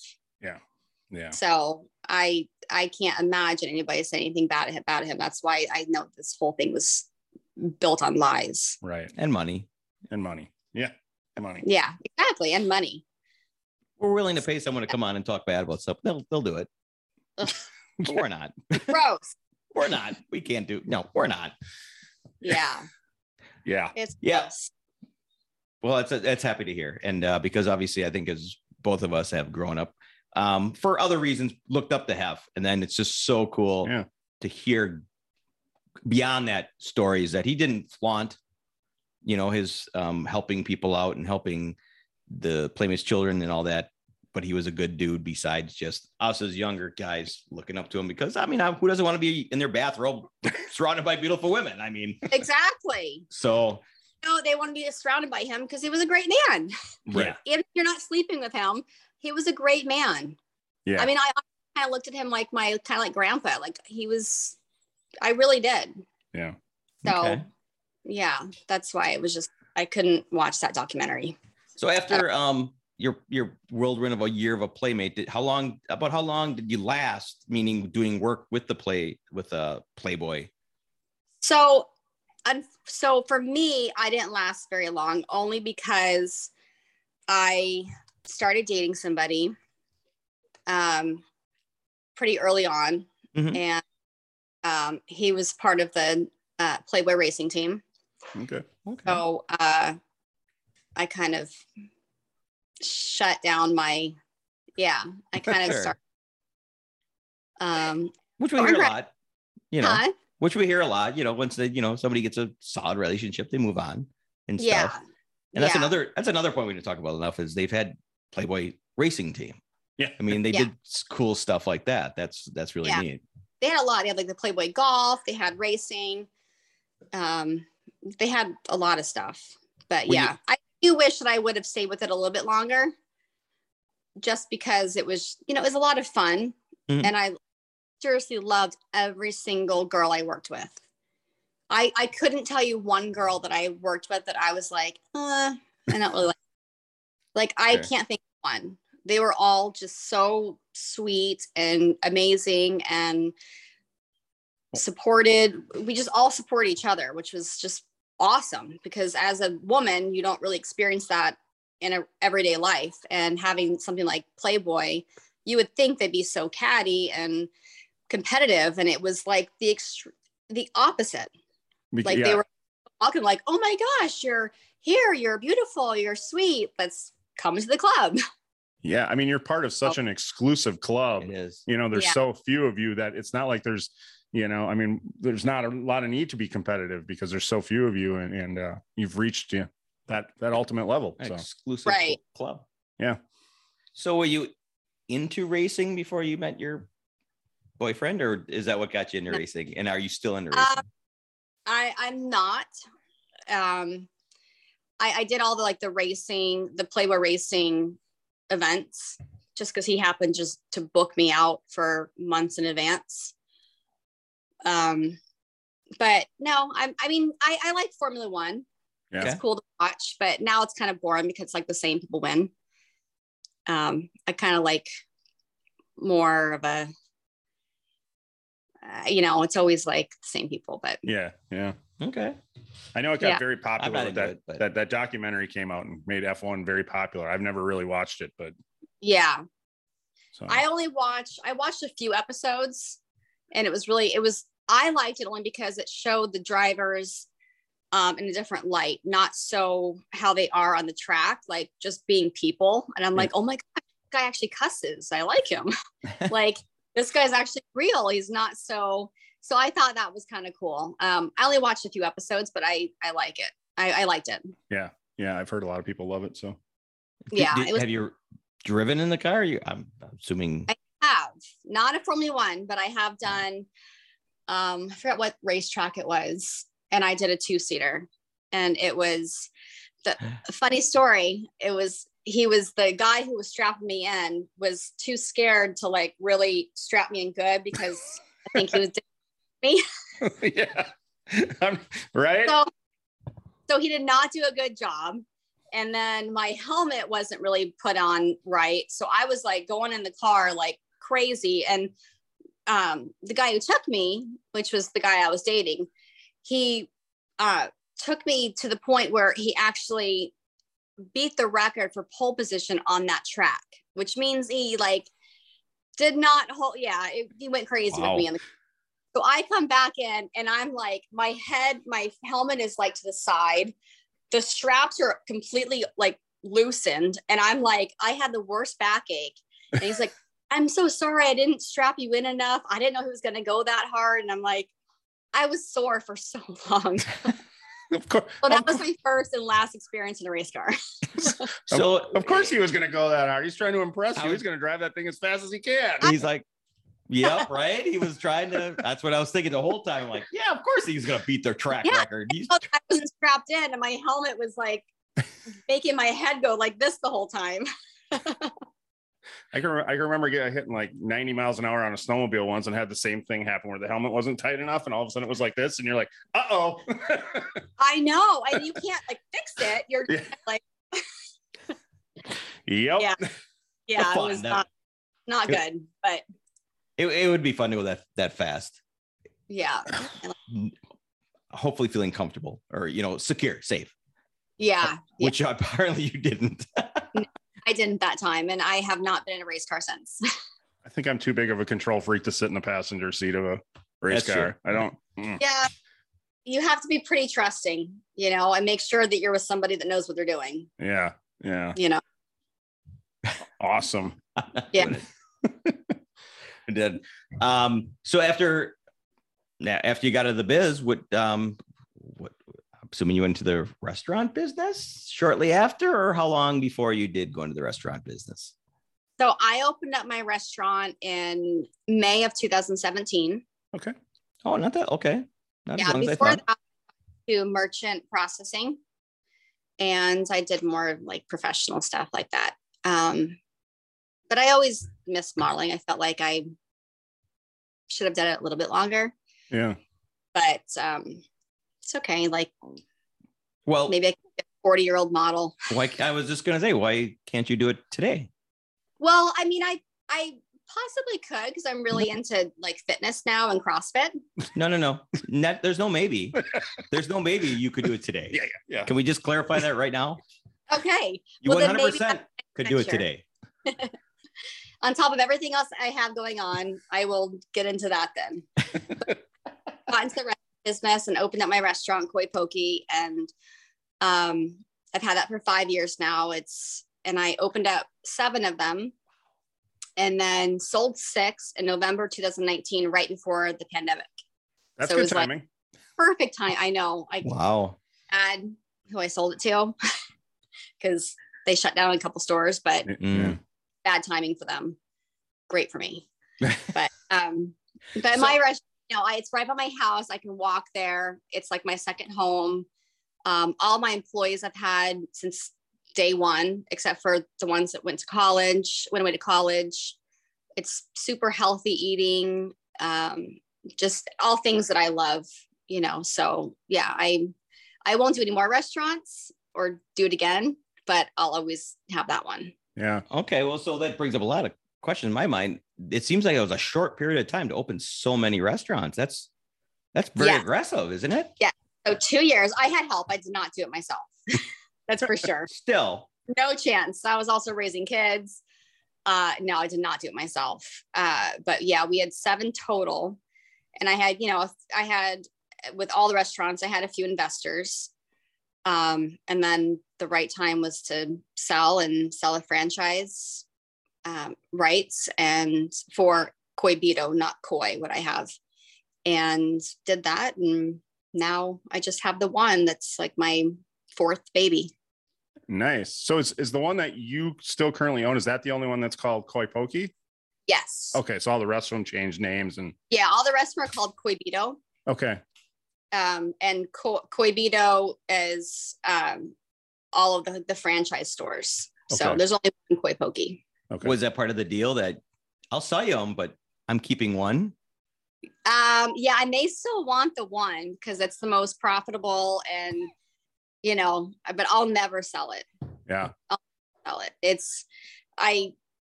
Yeah. So I I can't imagine anybody saying anything bad about him. That's why I know this whole thing was built on lies. Right. and money. And money. Yeah. And money. Yeah, exactly. And money. We're willing to pay someone to come on and talk bad about stuff. They'll they'll do it. Ugh. But we're not. Gross. We're not. We can't do. No, we're not. yeah. Yeah. It's Yeah. gross. Well, that's that's happy to hear, and uh, because obviously, I think as both of us have grown up, um, for other reasons, looked up to have, and then it's just so cool Yeah. to hear beyond that stories that he didn't flaunt you know his um helping people out and helping the playmates children and all that but he was a good dude besides just us as younger guys looking up to him because i mean I, who doesn't want to be in their bathrobe <laughs> surrounded by beautiful women i mean exactly. so No, they want to be surrounded by him because he was a great man. yeah If you're not sleeping with him, he was a great man. Yeah. I mean, I kind of looked at him like my kind of like grandpa. Like he was, I really did. Yeah. So Okay. yeah, that's why it was just I couldn't watch that documentary. so after um your your whirlwind of a year of a playmate did, how long about how long did you last meaning doing work with the play with uh playboy So, un- so for me, I didn't last very long, only because I started dating somebody um, pretty early on, Mhm. and um, he was part of the uh, Playboy Racing team. Okay. okay So uh, I kind of shut down my, yeah, I kind of Sure. started. Um, which we hear a Alright. lot you know huh? which we hear a lot you know once they you know somebody gets a solid relationship they move on and yeah, stuff and that's yeah. another that's another point we didn't talk about enough is they've had playboy racing team Yeah. i mean they Yeah. did s- cool stuff like that that's that's really Yeah. neat they had a lot. They had like the Playboy golf. They had racing. Um, they had a lot of stuff. But Were you- yeah, I do wish that I would have stayed with it a little bit longer, just because it was, you know, it was a lot of fun, Mhm. and I seriously loved every single girl I worked with. I I couldn't tell you one girl that I worked with that I was like, uh, I don't really like. Like I Sure. can't think of one. They were all just so sweet and amazing and supported. We just all support each other, which was just awesome because as a woman, you don't really experience that in a everyday life. And having something like Playboy, you would think they'd be so catty and competitive, and it was like the extr the opposite Bec- like yeah. they were talking like oh my gosh you're here you're beautiful you're sweet let's come to the club yeah. I mean, you're part of Oh. such an exclusive club. it is You know, there's Yeah. so few of you that it's not like there's, you know, I mean, there's not a lot of need to be competitive because there's so few of you and, and uh, you've reached you know, that that ultimate level. An So exclusive Right. club Yeah. so were you into racing before you met your boyfriend or is that what got you into No. racing and are you still into racing Um, i i'm not um i i did all the like the racing the playboy racing events just because he happened just to book me out for months in advance um but no i am i mean i i like formula one Yeah. it's cool to watch but now it's kind of boring because like the same people win um i kind of like more of a uh, you know it's always like the same people but yeah, yeah. okay I know it got Yeah. very I'm not popular. with into That, it, but- that that documentary came out and made F1 very popular. I've never really watched it, but yeah so I only watched I watched a few episodes and it was really it was I liked it only because it showed the drivers um in a different light, not so how they are on the track, like just being people. And I'm like, oh my god, this guy actually cusses. I like him. like this guy's actually real. He's not so so I thought that was kind of cool. Um I only watched a few episodes, but I I like it. I, I liked it. yeah, I've heard a lot of people love it. So <laughs> Did- Yeah, did- it was- have you driven in the car you i'm assuming I- have not a Formula One, but I have done. Um, I forgot what racetrack it was, and I did a two seater, and it was the funny story. It was he was the guy who was strapping me in was too scared to like really strap me in good because I think he was <laughs> yeah, <laughs> I'm, right. So, so he did not do a good job. And then my helmet wasn't really put on right. So I was like going in the car like crazy. And um, the guy who took me, which was the guy I was dating, he uh, took me to the point where he actually beat the record for pole position on that track, which means he like did not hold. Yeah, it, he went crazy Wow. with me in the so I come back in and I'm like, my head, my helmet is like to the side. The straps are completely like loosened. And I'm like, I had the worst backache. And he's like, I'm so sorry. I didn't strap you in enough. <laughs> I didn't know he was going to go that hard. And I'm like, I was sore for so long. <laughs> Of course, Well, that was my first and last experience in a race car. So Oh, of course, he was going to go that hard. He's trying to impress I you. was- He's going to drive that thing as fast as he can. he's like, "Yep, right." He was trying to. That's what I was thinking the whole time. like, yeah, of course he's gonna beat their track Yeah. record. <laughs> He's I was strapped in, and my helmet was like making my head go like this the whole time. I can, re- I can remember getting hitting like 90 miles an hour on a snowmobile once and had the same thing happen where the helmet wasn't tight enough. And all of a sudden it was like this. And you're like, uh oh. I know, and you can't like fix it. You're Yeah. <laughs> like, <laughs> yep. Yeah. yeah, it fun, was no. not not Good. good, but it, it would be fun to go that that fast. yeah, Hopefully, feeling comfortable or you know secure, safe, yeah, yeah. which apparently you didn't. I didn't that time, and I have not been in a race car since. I think I'm too big of a control freak to sit in the passenger seat of a race That's car. true. I don't. mm. yeah, you have to be pretty trusting, you know, and make sure that you're with somebody that knows what they're doing. Yeah. Yeah. You know, Awesome. Yeah. <laughs> I did. Um, so after now, after you got out of the biz, what um, what I'm assuming you went into the restaurant business shortly after, or how long before you did go into the restaurant business? so I opened up my restaurant in May of 2017. Oh, not that okay. Not as yeah, long as I before thought. that, to merchant processing, and I did more like professional stuff like that. Um, but I always missed modeling. I felt like I should have done it a little bit longer, Yeah. but um, it's okay. Like Well, maybe I can be a forty-year-old model. why I was just gonna say, why can't you do it today? Well, I mean, I I possibly could because I'm really into like fitness now and CrossFit. No, no, no. Not, there's no maybe. There's no maybe you could do it today. Yeah. Yeah. Can we just clarify that right now? Okay, You Well, then 100% maybe could do it next year. today. on top of everything else I have going on, I will get into that then. Got into the restaurant business and opened up my restaurant, Koi Pokey, and um, I've had that for five years now. It's and I opened up seven of them, and then sold six in November 2019, right before the pandemic. That's So it good was like- timing. Perfect time. I know. I Wow. add who I sold it to <laughs> because they shut down a couple stores, but Mm. yeah. bad timing for them. Great for me. <laughs> but um but my restaurant you know I, it's right by my house i can walk there it's like my second home um all my employees i've had since day one except for the ones that went to college went away to college it's super healthy eating um just all things that i love you know so yeah i i won't do any more restaurants or do it again but i'll always have that one Yeah. Okay. Well, so that brings up a lot of questions in my mind. It seems like it was a short period of time to open so many restaurants. That's that's very Yeah. aggressive, isn't it? So two years, I had help. I did not do it myself. That's for sure. Still. No chance. I was also raising kids. Uh, no, I did not do it myself. Uh, but yeah, we had seven total, and I had, you know, I had with all the restaurants, I had a few investors. Um, and then the right time was to sell and sell a franchise um, rights and for Koi Bito, not Koi, what I have, and did that. And now I just have the one that's like my fourth baby. Nice. So is, is the one that you still currently own? Is that the only one that's called Koi Pokey? Yes. Okay. So all the rest of them changed names and Yeah, all the rest of them are called Coibito. okay. Um, and Co- Coibito is um, all of the, the franchise stores. So Okay. there's only one Koi Pokey. Okay. Was that part of the deal that I'll sell you them, but I'm keeping one? Um, yeah, and they still want the one because it's the most profitable and, you know, but I'll never sell it. yeah. Sell it. It's, I,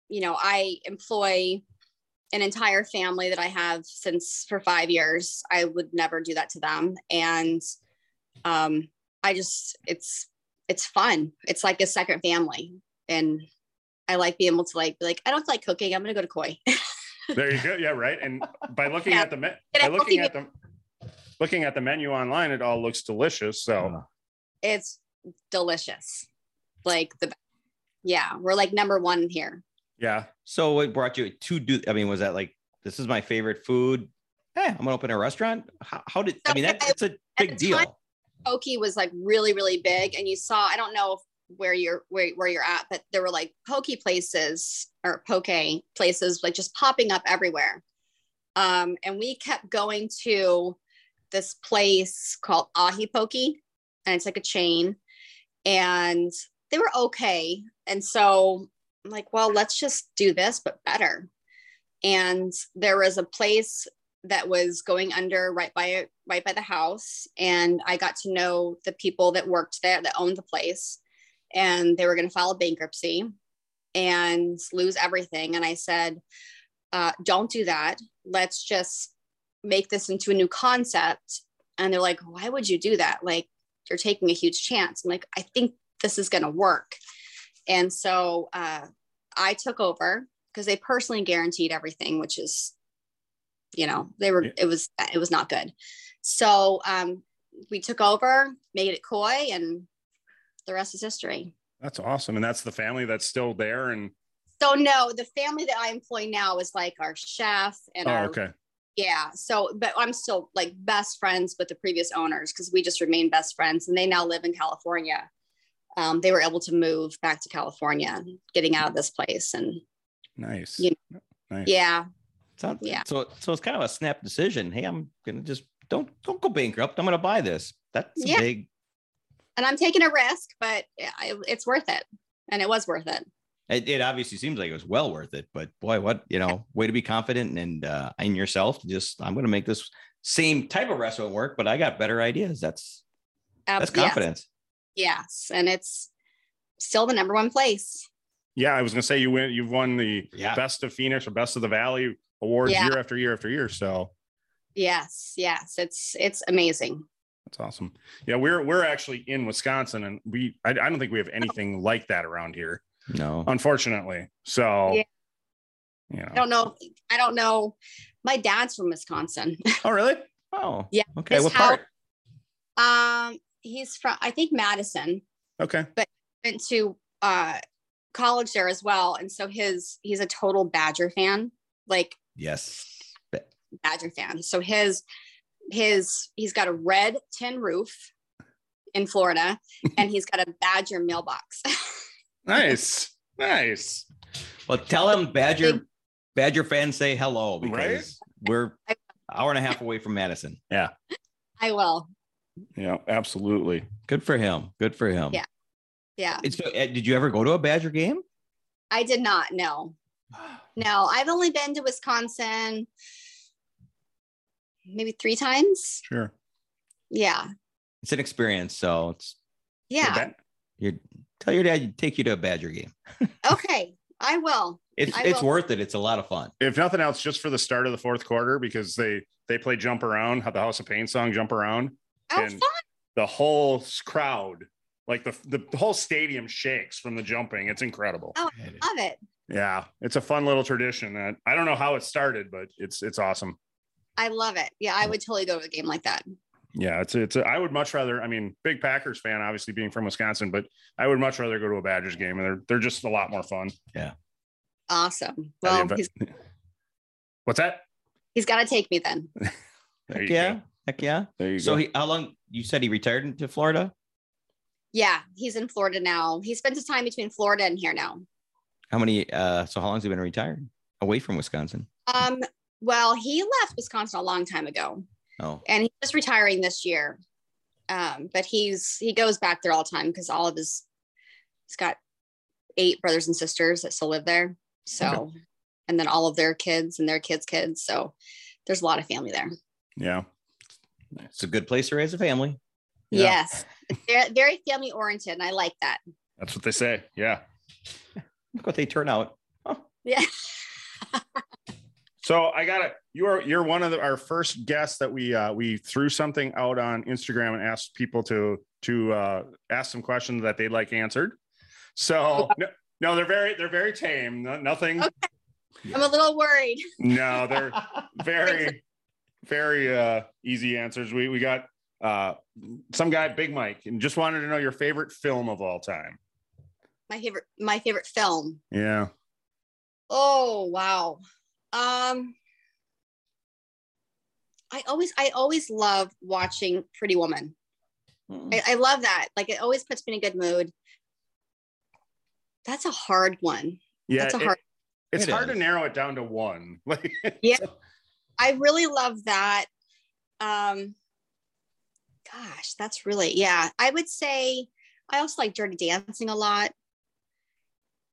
you know, I employ an entire family that I have since for five years. I would never do that to them. And um, I just, it's, it's fun. It's like a second family. And I like being able to like, be like, I don't like cooking. I'm going to go to Koi. <laughs> There you go. Yeah. Right. And by looking Yeah. at the me- Get by a looking healthy at the looking at the menu online, it all looks delicious. So it's delicious. Like the, yeah, we're like number one here. yeah. So what brought you to do? I mean, was that like this is my Eh, favorite food? Hey, I'm gonna open a restaurant. How, how did I mean that? It's a big deal. pokey was like really really big and you saw i don't know where you're where, where you're at but there were like pokey places or poke places like just popping up everywhere um and we kept going to this place called ahi pokey and it's like a chain and they were okay and so i'm like well let's just do this but better and there was a place that was going under right by right by the house and i got to know the people that worked there that owned the place and they were going to file a bankruptcy and lose everything and i said uh, don't do that let's just make this into a new concept and they're like why would you do that like you're taking a huge chance i'm like i think this is going to work and so uh, i took over because they personally guaranteed everything which is you know they were it was it was not good so um we took over made it coy and the rest is history That's awesome. And that's the family that's still there. And so no the family that i employ now is like our chef and um, oh, our okay. yeah so but i'm still like best friends with the previous owners because we just remain best friends and they now live in california um, they were able to move back to california getting out of this place and Nice. You nice. yeah Sounds, Yeah. So so it's kind of a snap decision. Hey, I'm gonna just don't don't go bankrupt. I'm gonna buy this. That's a Yeah. big. and i'm taking a risk but I, it's worth it and it was worth it It, it obviously seems like it was well worth it, but boy, what you know, way to be confident and uh, in yourself. to Just I'm gonna make this same type of restaurant work, but I got better ideas. That's Ab- that's yes. confidence. Yes, and it's still the number one place. Yeah. I was going to say you win, you've won the Yeah. best of Phoenix or best of the Valley awards Yeah. year after year after year. So Yes, yes, it's it's amazing. That's awesome. Yeah, we're we're actually in Wisconsin, and we I, I don't think we have anything like that around here, No. unfortunately. So, Yeah. you know. I don't know. I don't know. My dad's from Wisconsin. <laughs> Oh really? Oh. Yeah, Okay. his What house- part? Um, he's from I think Madison. Okay, Went to uh, college there as well, and so his he's a total Badger fan, like Yes. Badger fan. So his his he's got a red tin roof in Florida, and he's got a Badger mailbox. <laughs> nice, nice. Well, tell him Badger Badger fans say hello because <laughs> we're hour and a half away from Madison. I will. Yeah, absolutely. Good for him. Good for him. Yeah. Yeah. It's, uh, did you ever go to a Badger game? I did not <sighs> know. No, I've only been to Wisconsin maybe three times. Sure. Yeah. It's an experience. So it's Yeah. That- you're tell your dad to take you to a Badger game. Okay. I will. It's I it's will. worth it. It's a lot of fun. if nothing else, just for the start of the fourth quarter, because they they play "Jump Around," the House of Pain song "Jump Around." Oh, And- fun. The whole s- crowd, like the the, the whole stadium, shakes from the jumping. It's incredible. Oh. Love it. Yeah, it's a fun little tradition that I don't know how it started, but it's it's awesome. I love it. Yeah. I would totally go to a game like that. Yeah, it's it's. I would much rather. I mean, big Packers fan, obviously being from Wisconsin, but I would much rather go to a Badgers game. They're they're just a lot more fun. Awesome. Have Well, you been- he's, What's that? he's got to take me then. There Heck you yeah. go. Heck yeah. There you So go. he how long you said he retired to Florida? Yeah. He's in Florida now. He spends his time between Florida and here now. How many uh so how long's he been retired? Away from Wisconsin. Um, well, he left Wisconsin a long time ago. Oh. and he's just retiring this year. Um, but he's he goes back there all the time because all of his he's got eight brothers and sisters that still live there. So and then all of their kids and their kids' kids. So there's a lot of family there. yeah. It's a good place to raise a family. Yeah. Yes. They're very family oriented and I like that. That's what they say. Yeah. Look what they turn out. Yeah. So I got it. You are you're one of the, our first guests that we uh, we threw something out on Instagram and asked people to to uh, ask some questions that they'd like answered. <laughs> So no, no, they're very they're very tame. No- Nothing. I'm a little worried. No, <laughs> they're very very uh easy answers we we got uh some guy big mike and just wanted to know your favorite film of all time My favorite my favorite film. yeah Oh wow. Um I always I always love watching Pretty Woman. Mm. I, I love that. Like it always puts me in a good mood. That's a hard one. Yeah, That's a it- hard. it's It hard is. to narrow it down to one. <laughs> Like, Yeah. I really love that. Um, gosh, that's really yeah. I would say I also like Dirty Dancing a lot.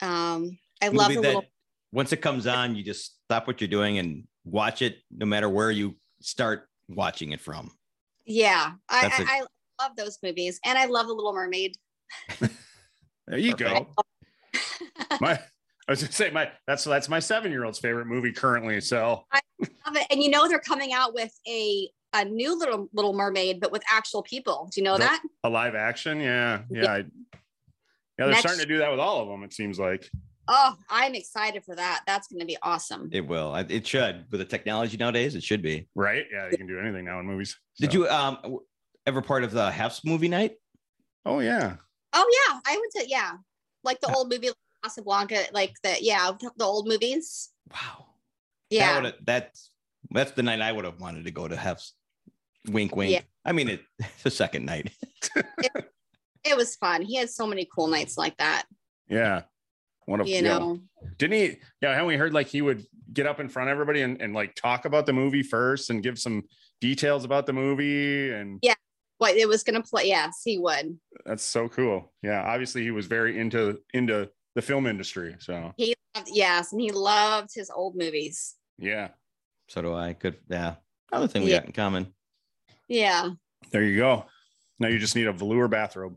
Um, I love Movie the that little once it comes on, you just stop what you're doing and watch it, no matter where you start watching it from. yeah. I That's a- I I love those movies, and I love the Little Mermaid. there you go. <laughs> Perfect. My, I was gonna say my that's that's my seven year old's favorite movie currently. So Love it. And you know they're coming out with a a new little Little Mermaid, but with actual people. Do you know Nope. that? a live action, yeah, yeah, I- yeah. They're Next- starting to do that with all of them. It seems like. Oh, I'm excited for that. That's going to be awesome. It will. I- It should. With the technology nowadays, it should be. Right? Yeah, you can do anything now in movies. Did So- you um w- ever part of the Hefts movie night? Oh yeah. Oh yeah, I would say yeah, like the old movie like Casablanca, like the yeah the old movies. Wow. Yeah, That would've- that's that's the night I would have wanted to go to Hefts. Wink, wink. Yeah. I mean, it, <laughs> the second night. <laughs> it was fun. He had so many cool nights like that. Yeah. What a You yeah. know, Didn't he? Yeah, haven't we heard like he would get up in front of everybody and, and like talk about the movie first and give some details about the movie? And Yeah. what it was going to play. Yes, he would. that's so cool. Yeah, obviously he was very into into the film industry. So He loved, yes, and he loved his old movies. yeah, So do I. Good. Yeah. Another thing we Yeah. got in common. Yeah, there you go. Now you just need a velour bathrobe.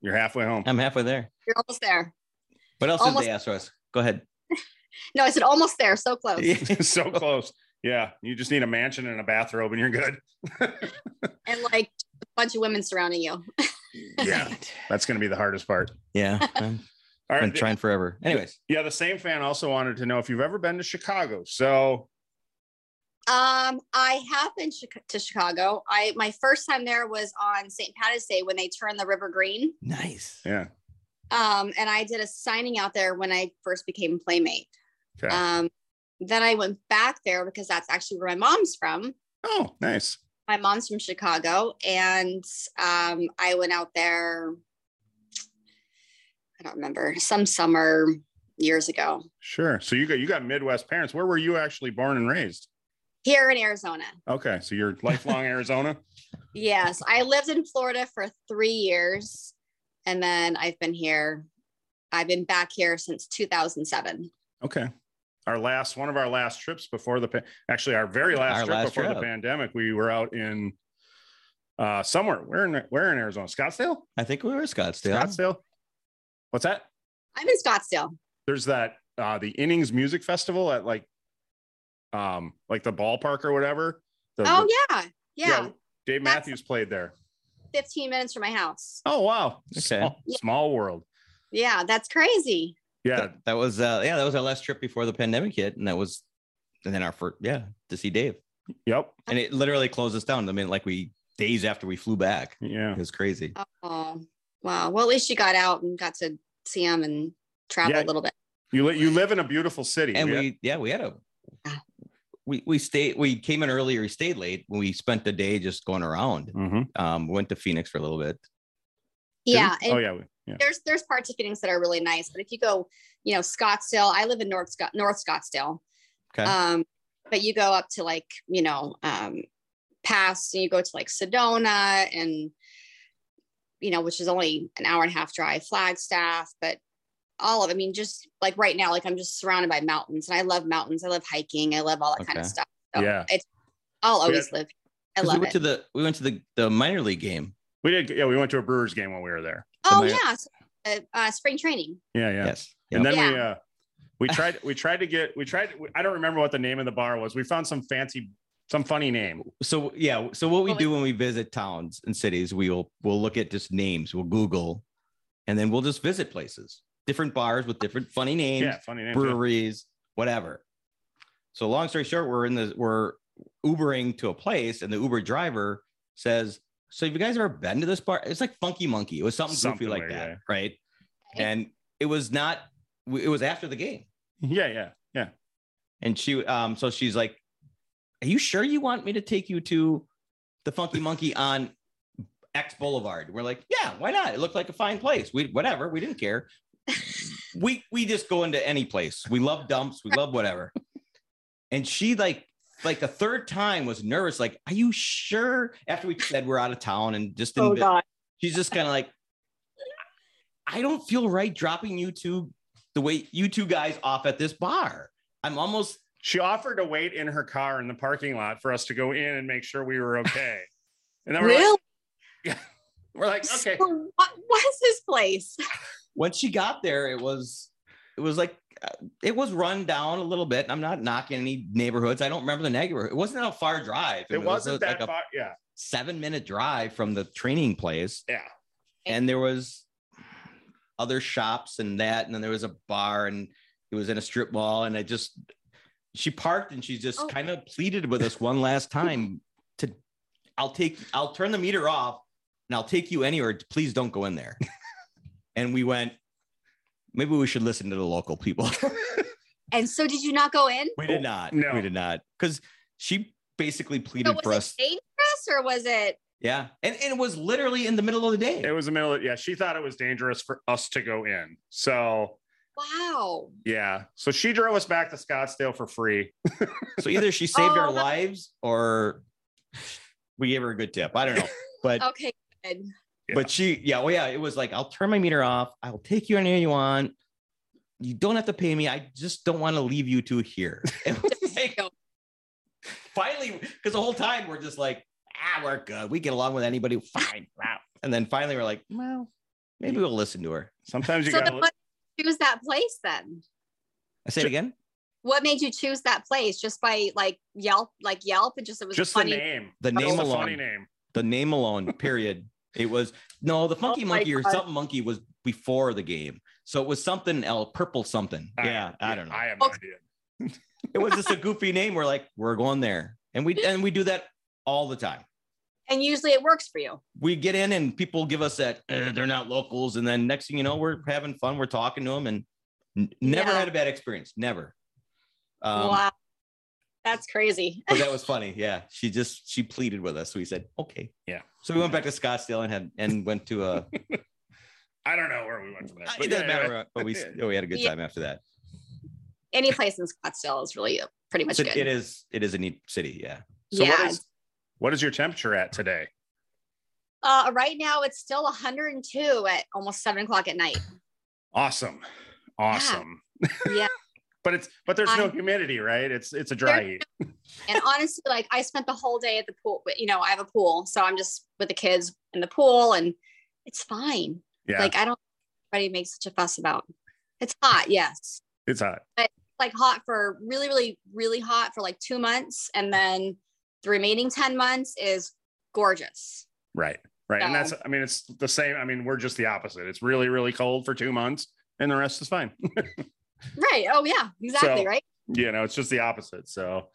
You're halfway <laughs> home. <laughs> I'm halfway there. you're almost there. What else Almost- did they ask us? Go ahead. No, I said almost there. So <laughs> close. so close. Yeah, you just need a mansion and a bathrobe and you're good. <laughs> And like a bunch of women surrounding you. Yeah, <laughs> that's gonna be the hardest part. Yeah. I've All been right, trying forever. Anyways. Yeah, the same fan also wanted to know if you've ever been to Chicago. So Um, I have been Chica- to Chicago. I my first time there was on St. Patty's Day when they turned the river green. Nice. yeah, Um, and I did a signing out there when I first became Playmate. okay. Um, then I went back there because that's actually where my mom's from. oh, nice. My mom's from Chicago, and um, I went out there. I don't remember some summer years ago Sure. So you got you got Midwest parents. Where were you actually born and raised? here in Arizona. Okay, so you're lifelong <laughs> Arizona. Yes, I lived in Florida for three years, and then I've been here. I've been back here since 2007. Okay. Our last one of our last trips before the pa- actually our very last Our trip last before the trip. pandemic, we were out in uh somewhere. Where in where in Arizona? Scottsdale? I think we were in Scottsdale. Scottsdale. What's that? I'm in Scottsdale. there's that uh the innings music festival at like um like the ballpark or whatever The- Oh yeah, yeah, dave That's- matthews played there 15 minutes from my house. oh wow Okay. small, Yeah. small world Yeah, that's crazy. yeah That, that was uh yeah, that was our last trip before the pandemic hit. And that was and then our first yeah, to see Dave. yep And it literally closed us down. I mean, like we days after we flew back. yeah It was crazy. Oh, wow. Well, at least you got out and got to see him and travel Yeah. a little bit. you li- you live in a beautiful city and Yeah. we yeah we had a we we stayed we came in early we stayed late we spent the day just going around Mhm. um went to phoenix for a little bit Yeah. oh and yeah we- yeah There's there's parts of Phoenix that are really nice, but if you go, you know, Scottsdale, I live in North Scott North Scottsdale. okay Um, but you go up to like, you know, um pass and you go to like Sedona and you know, which is only an hour and a half drive, Flagstaff, but all of I mean, just like right now, like I'm just surrounded by mountains and I love mountains. I love hiking. I love all that kind of Okay. stuff. Yeah. It's I'll Yeah. always live. I 'Cause we love went it. to the we went to the the minor league game we did yeah we went to a brewers game when we were there Oh Am I- yeah, so, uh, uh, spring training. yeah yeah yes and Yep. then we uh <laughs> we tried we tried to get we tried i don't remember what the name of the bar was we found some fancy some funny name so yeah so what we Well, do when we visit towns and cities we will we'll look at just names we'll google and then we'll just visit places different bars with different funny names yeah funny name yeah. breweries, whatever. So long story short, we're in the we're Ubering to a place, and the Uber driver says, "So have you guys ever been to this bar? It's like Funky Monkey. It was something, Something goofy like like that, that. right?" Okay. And it was not. It was after the game, yeah yeah yeah and she um so she's like, "Are you sure you want me to take you to the Funky Monkey on X Boulevard. We're like, yeah, why not? It looked like a fine place. We whatever. We didn't <laughs> care. we we just go into any place. We love dumps. We love whatever. And she like like the third time was nervous. Like, are you sure? After we said we're out of town and just didn't. Oh God. she's just kind of like, I don't feel right dropping you two the way you two guys off at this bar. I'm almost She offered to wait in her car in the parking lot for us to go in and make sure we were okay. And then we're Really? like, we're like, okay, So what was this place? when she got there, it was it was like uh, it was run down a little bit. I'm not knocking any neighborhoods. I don't remember the neighborhood. It wasn't a far drive. it was wasn't a- that like a far. Yeah, seven minute drive from the training place. yeah. and there was other shops and that and then there was a bar and it was in a strip mall and i just she parked and she just Oh. kind of pleaded with us <laughs> one last time to i'll take i'll turn the meter off and i'll take you anywhere please don't go <laughs> in there and we went maybe we should listen to the <laughs> local people <laughs> And so did you not go in? we did not No. we did not because she basically So pleaded was for it us dangerous or was it yeah and, and it was literally in the middle of the day It was the middle of, yeah, she thought it was dangerous for us to go in. So, wow? yeah. So she drove us back to Scottsdale for free. So either she saved our Oh, that- lives or we gave her a good tip. I don't know. <laughs> But Okay, good. but she yeah, well yeah, it was like I'll turn my meter off. I'll take you anywhere you want. You don't have to pay me. I just don't want to leave you two here. <laughs> It was like, Go. finally, because the whole time we're just like, ah, we're good. We get along with anybody. <laughs> Fine. Wow. And then finally we're like, well, maybe we'll listen to her. Sometimes you So gotta then li- what choose that place then? I say it again. What made you choose that place? Just by like Yelp, like Yelp, and just it was just funny. the name. The Just name the alone. funny name. The name alone, period. It was no, the funky Oh my monkey or God. something monkey was before the game. So it was something else, purple something. yeah, I don't know. I have no Okay. idea. it was just a goofy name. We're like, we're going there. And we and we do that all the time. And usually it works for you. We get in and people give us that "Eh, they're not locals. And then next thing you know, we're having fun. We're talking to them and n- never Yeah. had a bad experience. Never. Um, wow, that's crazy. but that was funny. Yeah. She just she pleaded with us. We said, okay. Yeah. So we went back to Scottsdale and had and went to a I don't know where we went from there. Uh, it but doesn't yeah, matter. But we oh, we had a good Yeah. time after that. Any place in Scottsdale is really uh, pretty much So good. it is it is a neat city. Yeah. So yeah. what is what is your temperature at today? uh, right now it's still 102 at almost seven o'clock at night. Awesome. Awesome. Yeah. <laughs> Um, but it's but there's no I- humidity, right? It's it's a dry There- heat. And honestly, like I spent the whole day at the pool. But you know, I have a pool, so I'm just with the kids in the pool, and it's fine. Yeah. Like I don't. Everybody makes such a fuss about. It's hot, yes. it's hot. like hot for really, really, really hot for like two months. And then the remaining 10 months is gorgeous. Right. Right. And that's So- I mean, it's the same. I mean, we're just the opposite. It's really, really cold for two months and the rest is fine. <laughs> Right. Oh, yeah. Exactly. So- right. you know, it's just the opposite. So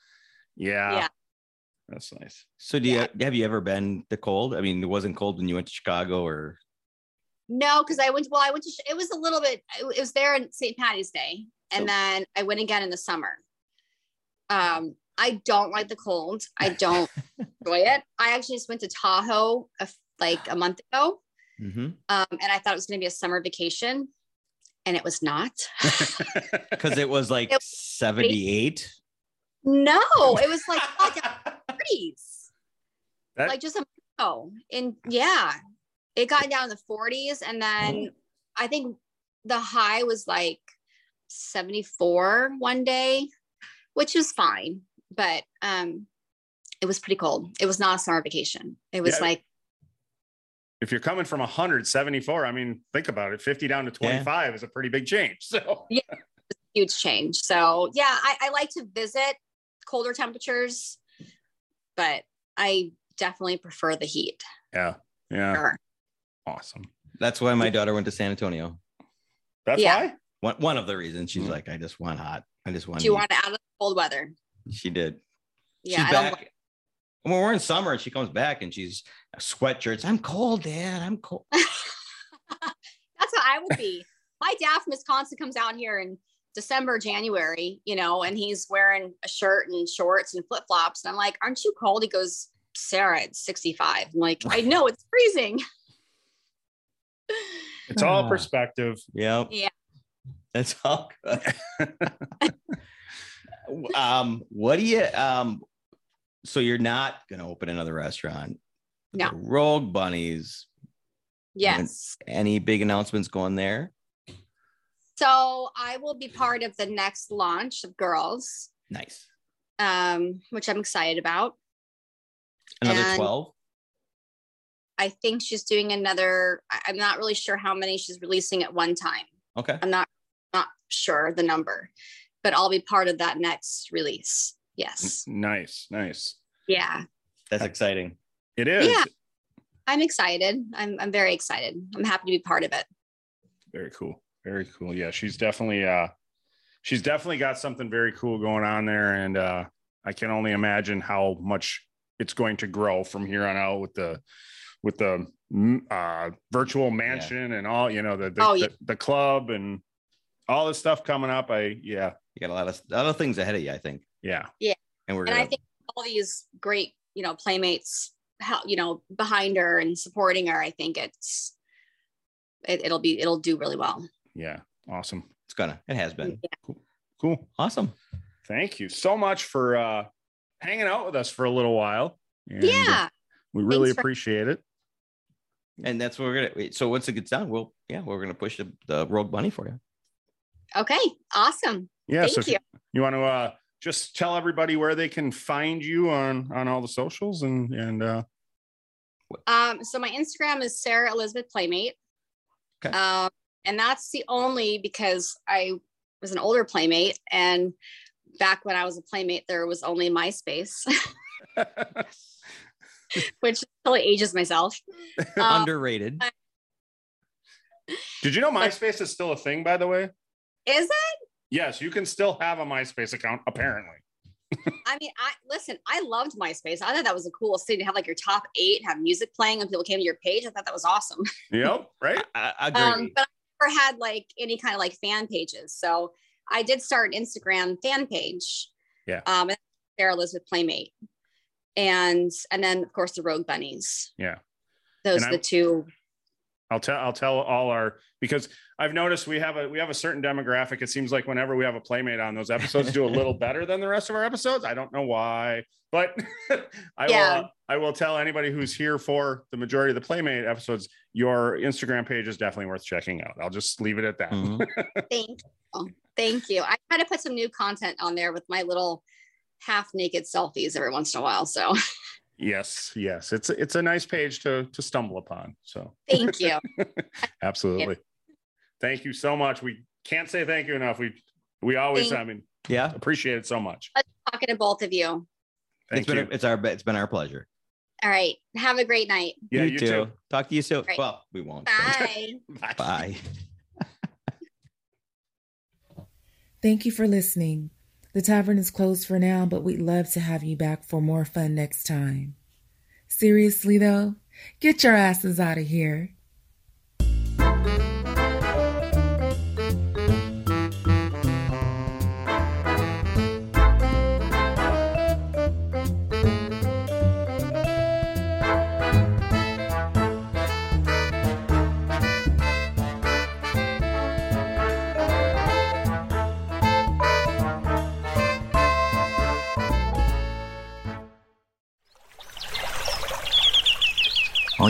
yeah. Yeah. That's <laughs> nice. So do you have you ever been the cold? I mean, it wasn't cold when you went to Chicago or No, because I went, well, I went to, it was a little bit, it was there on St. Patty's Day. And So- then I went again in the summer. Um, I don't like the cold. I don't enjoy it. I actually just went to Tahoe a f- like a month ago. Mm-hmm. Um, and I thought it was going to be a summer vacation and it was not. because it was like It was 78. No, it was like hot <laughs> down 30s. <laughs> That- like just a oh and yeah it got down in the 40s and then i think the high was like 74 one day which is fine but um it was pretty cold it was not a summer vacation it was Yeah. like if you're coming from 174, I mean, think about it. 50 down to 25 is a pretty big change. <laughs> So huge change so yeah I, I like to visit colder temperatures but i definitely prefer the heat yeah. Yeah. Sure. Awesome. That's why my daughter went to San Antonio. That's Yeah. why. One, one of the reasons she's Mhm. like, I just want hot. I just want. do you heat." want it out of the cold weather She did. yeah she's I don't, back. When we're in summer, and she comes back and she's sweatshirts. I'm cold, Dad. I'm cold. <laughs> That's how I would be. My dad from Wisconsin comes out here in December, January, you know, and he's wearing a shirt and shorts and flip flops. And I'm like, aren't you cold? He goes, Sarah at 65. I'm like, I know it's freezing. <laughs> It's all Ah. perspective. Yep. Yeah. That's all good. <laughs> um, what do you um so you're not gonna open another restaurant? No. The Rogue Bunnies. Yes. Any big announcements going there? So I will be part of the next launch of Girls, Nice. um, which I'm excited about. Another And- 12? I think she's doing another, I- I'm not really sure how many she's releasing at one time. Okay. I'm not not sure the number, but I'll be part of that next release. Yes. Nice, nice. Yeah. That's exciting. It is Yeah. I'm excited. I'm I'm very excited. I'm happy to be part of it. very cool. Very cool. Yeah, she's definitely uh she's definitely got something very cool going on there. And uh I can only imagine how much it's going to grow from here on out with the with the mm, uh virtual mansion and all, you know, the the, Oh, the, yeah. the club and all this stuff coming up. I yeah, You got a lot of a lot of things ahead of you, I think. yeah. And we're And gonna I think all these great, you know, playmates how you know behind her and supporting her, I think it's it, it'll be it'll do really well. Yeah. Awesome. it's gonna. It has been. Cool. Awesome. Thank you so much for uh hanging out with us for a little while. And, uh, yeah. We really Thanks for- appreciate it. And that's what we're gonna wait, so once it gets done, we'll yeah, we're gonna push the, the Rogue Bunny for you. Okay. Awesome. Yeah. Thank so if you. you want to uh, just tell everybody where they can find you on on all the socials and <laughs> and uh, Um, so my Instagram is Sarah Elizabeth Playmate. Okay. Um, and that's the only because I was an older playmate and back when I was a playmate, there was only MySpace, <laughs> which totally ages myself. Um, Underrated. did you know MySpace is still a thing? By the way, is it? yes, you can still have a MySpace account. Apparently, <laughs> I mean, I listen, I loved MySpace. I thought that was the coolest thing to have like your top eight, have music playing and people came to your page. I thought that was awesome. yep, right. I, I agree. Um, but I never had like any kind of like fan pages. So I did start an Instagram fan page. Yeah. Um, and Sarah Elizabeth Playmate. And and then of course the Rogue Bunnies. Yeah. Those And are I'm- the two. I'll tell I'll tell all our because I've noticed we have a we have a certain demographic. It seems like whenever we have a playmate on, those episodes do <laughs> a little better than the rest of our episodes. I don't know why, but <laughs> I will Yeah. uh, I will tell anybody who's here for the majority of the playmate episodes. Your Instagram page is definitely worth checking out. I'll just leave it at that. Mhm. Thank you. Thank you. I try to put some new content on there with my little half naked selfies every once in a while. So <laughs> <laughs> Yes, yes, it's it's a nice page to to stumble upon. So <laughs> thank you. absolutely, thank you so much. We can't say thank you enough. We we always Thank- I mean Yeah. appreciate it so much. Talking to both of you. Thank it's been you. it's our it's been our pleasure. All right. Have a great <laughs> night. yeah, you, too. Talk to you soon. Right. Well, we won't. but- Bye. <laughs> Bye. Thank you for listening. The tavern is closed for now, but we'd love to have you back for more fun next time. Seriously, though, get your asses out of here. Are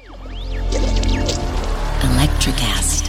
Electric Electric Acid.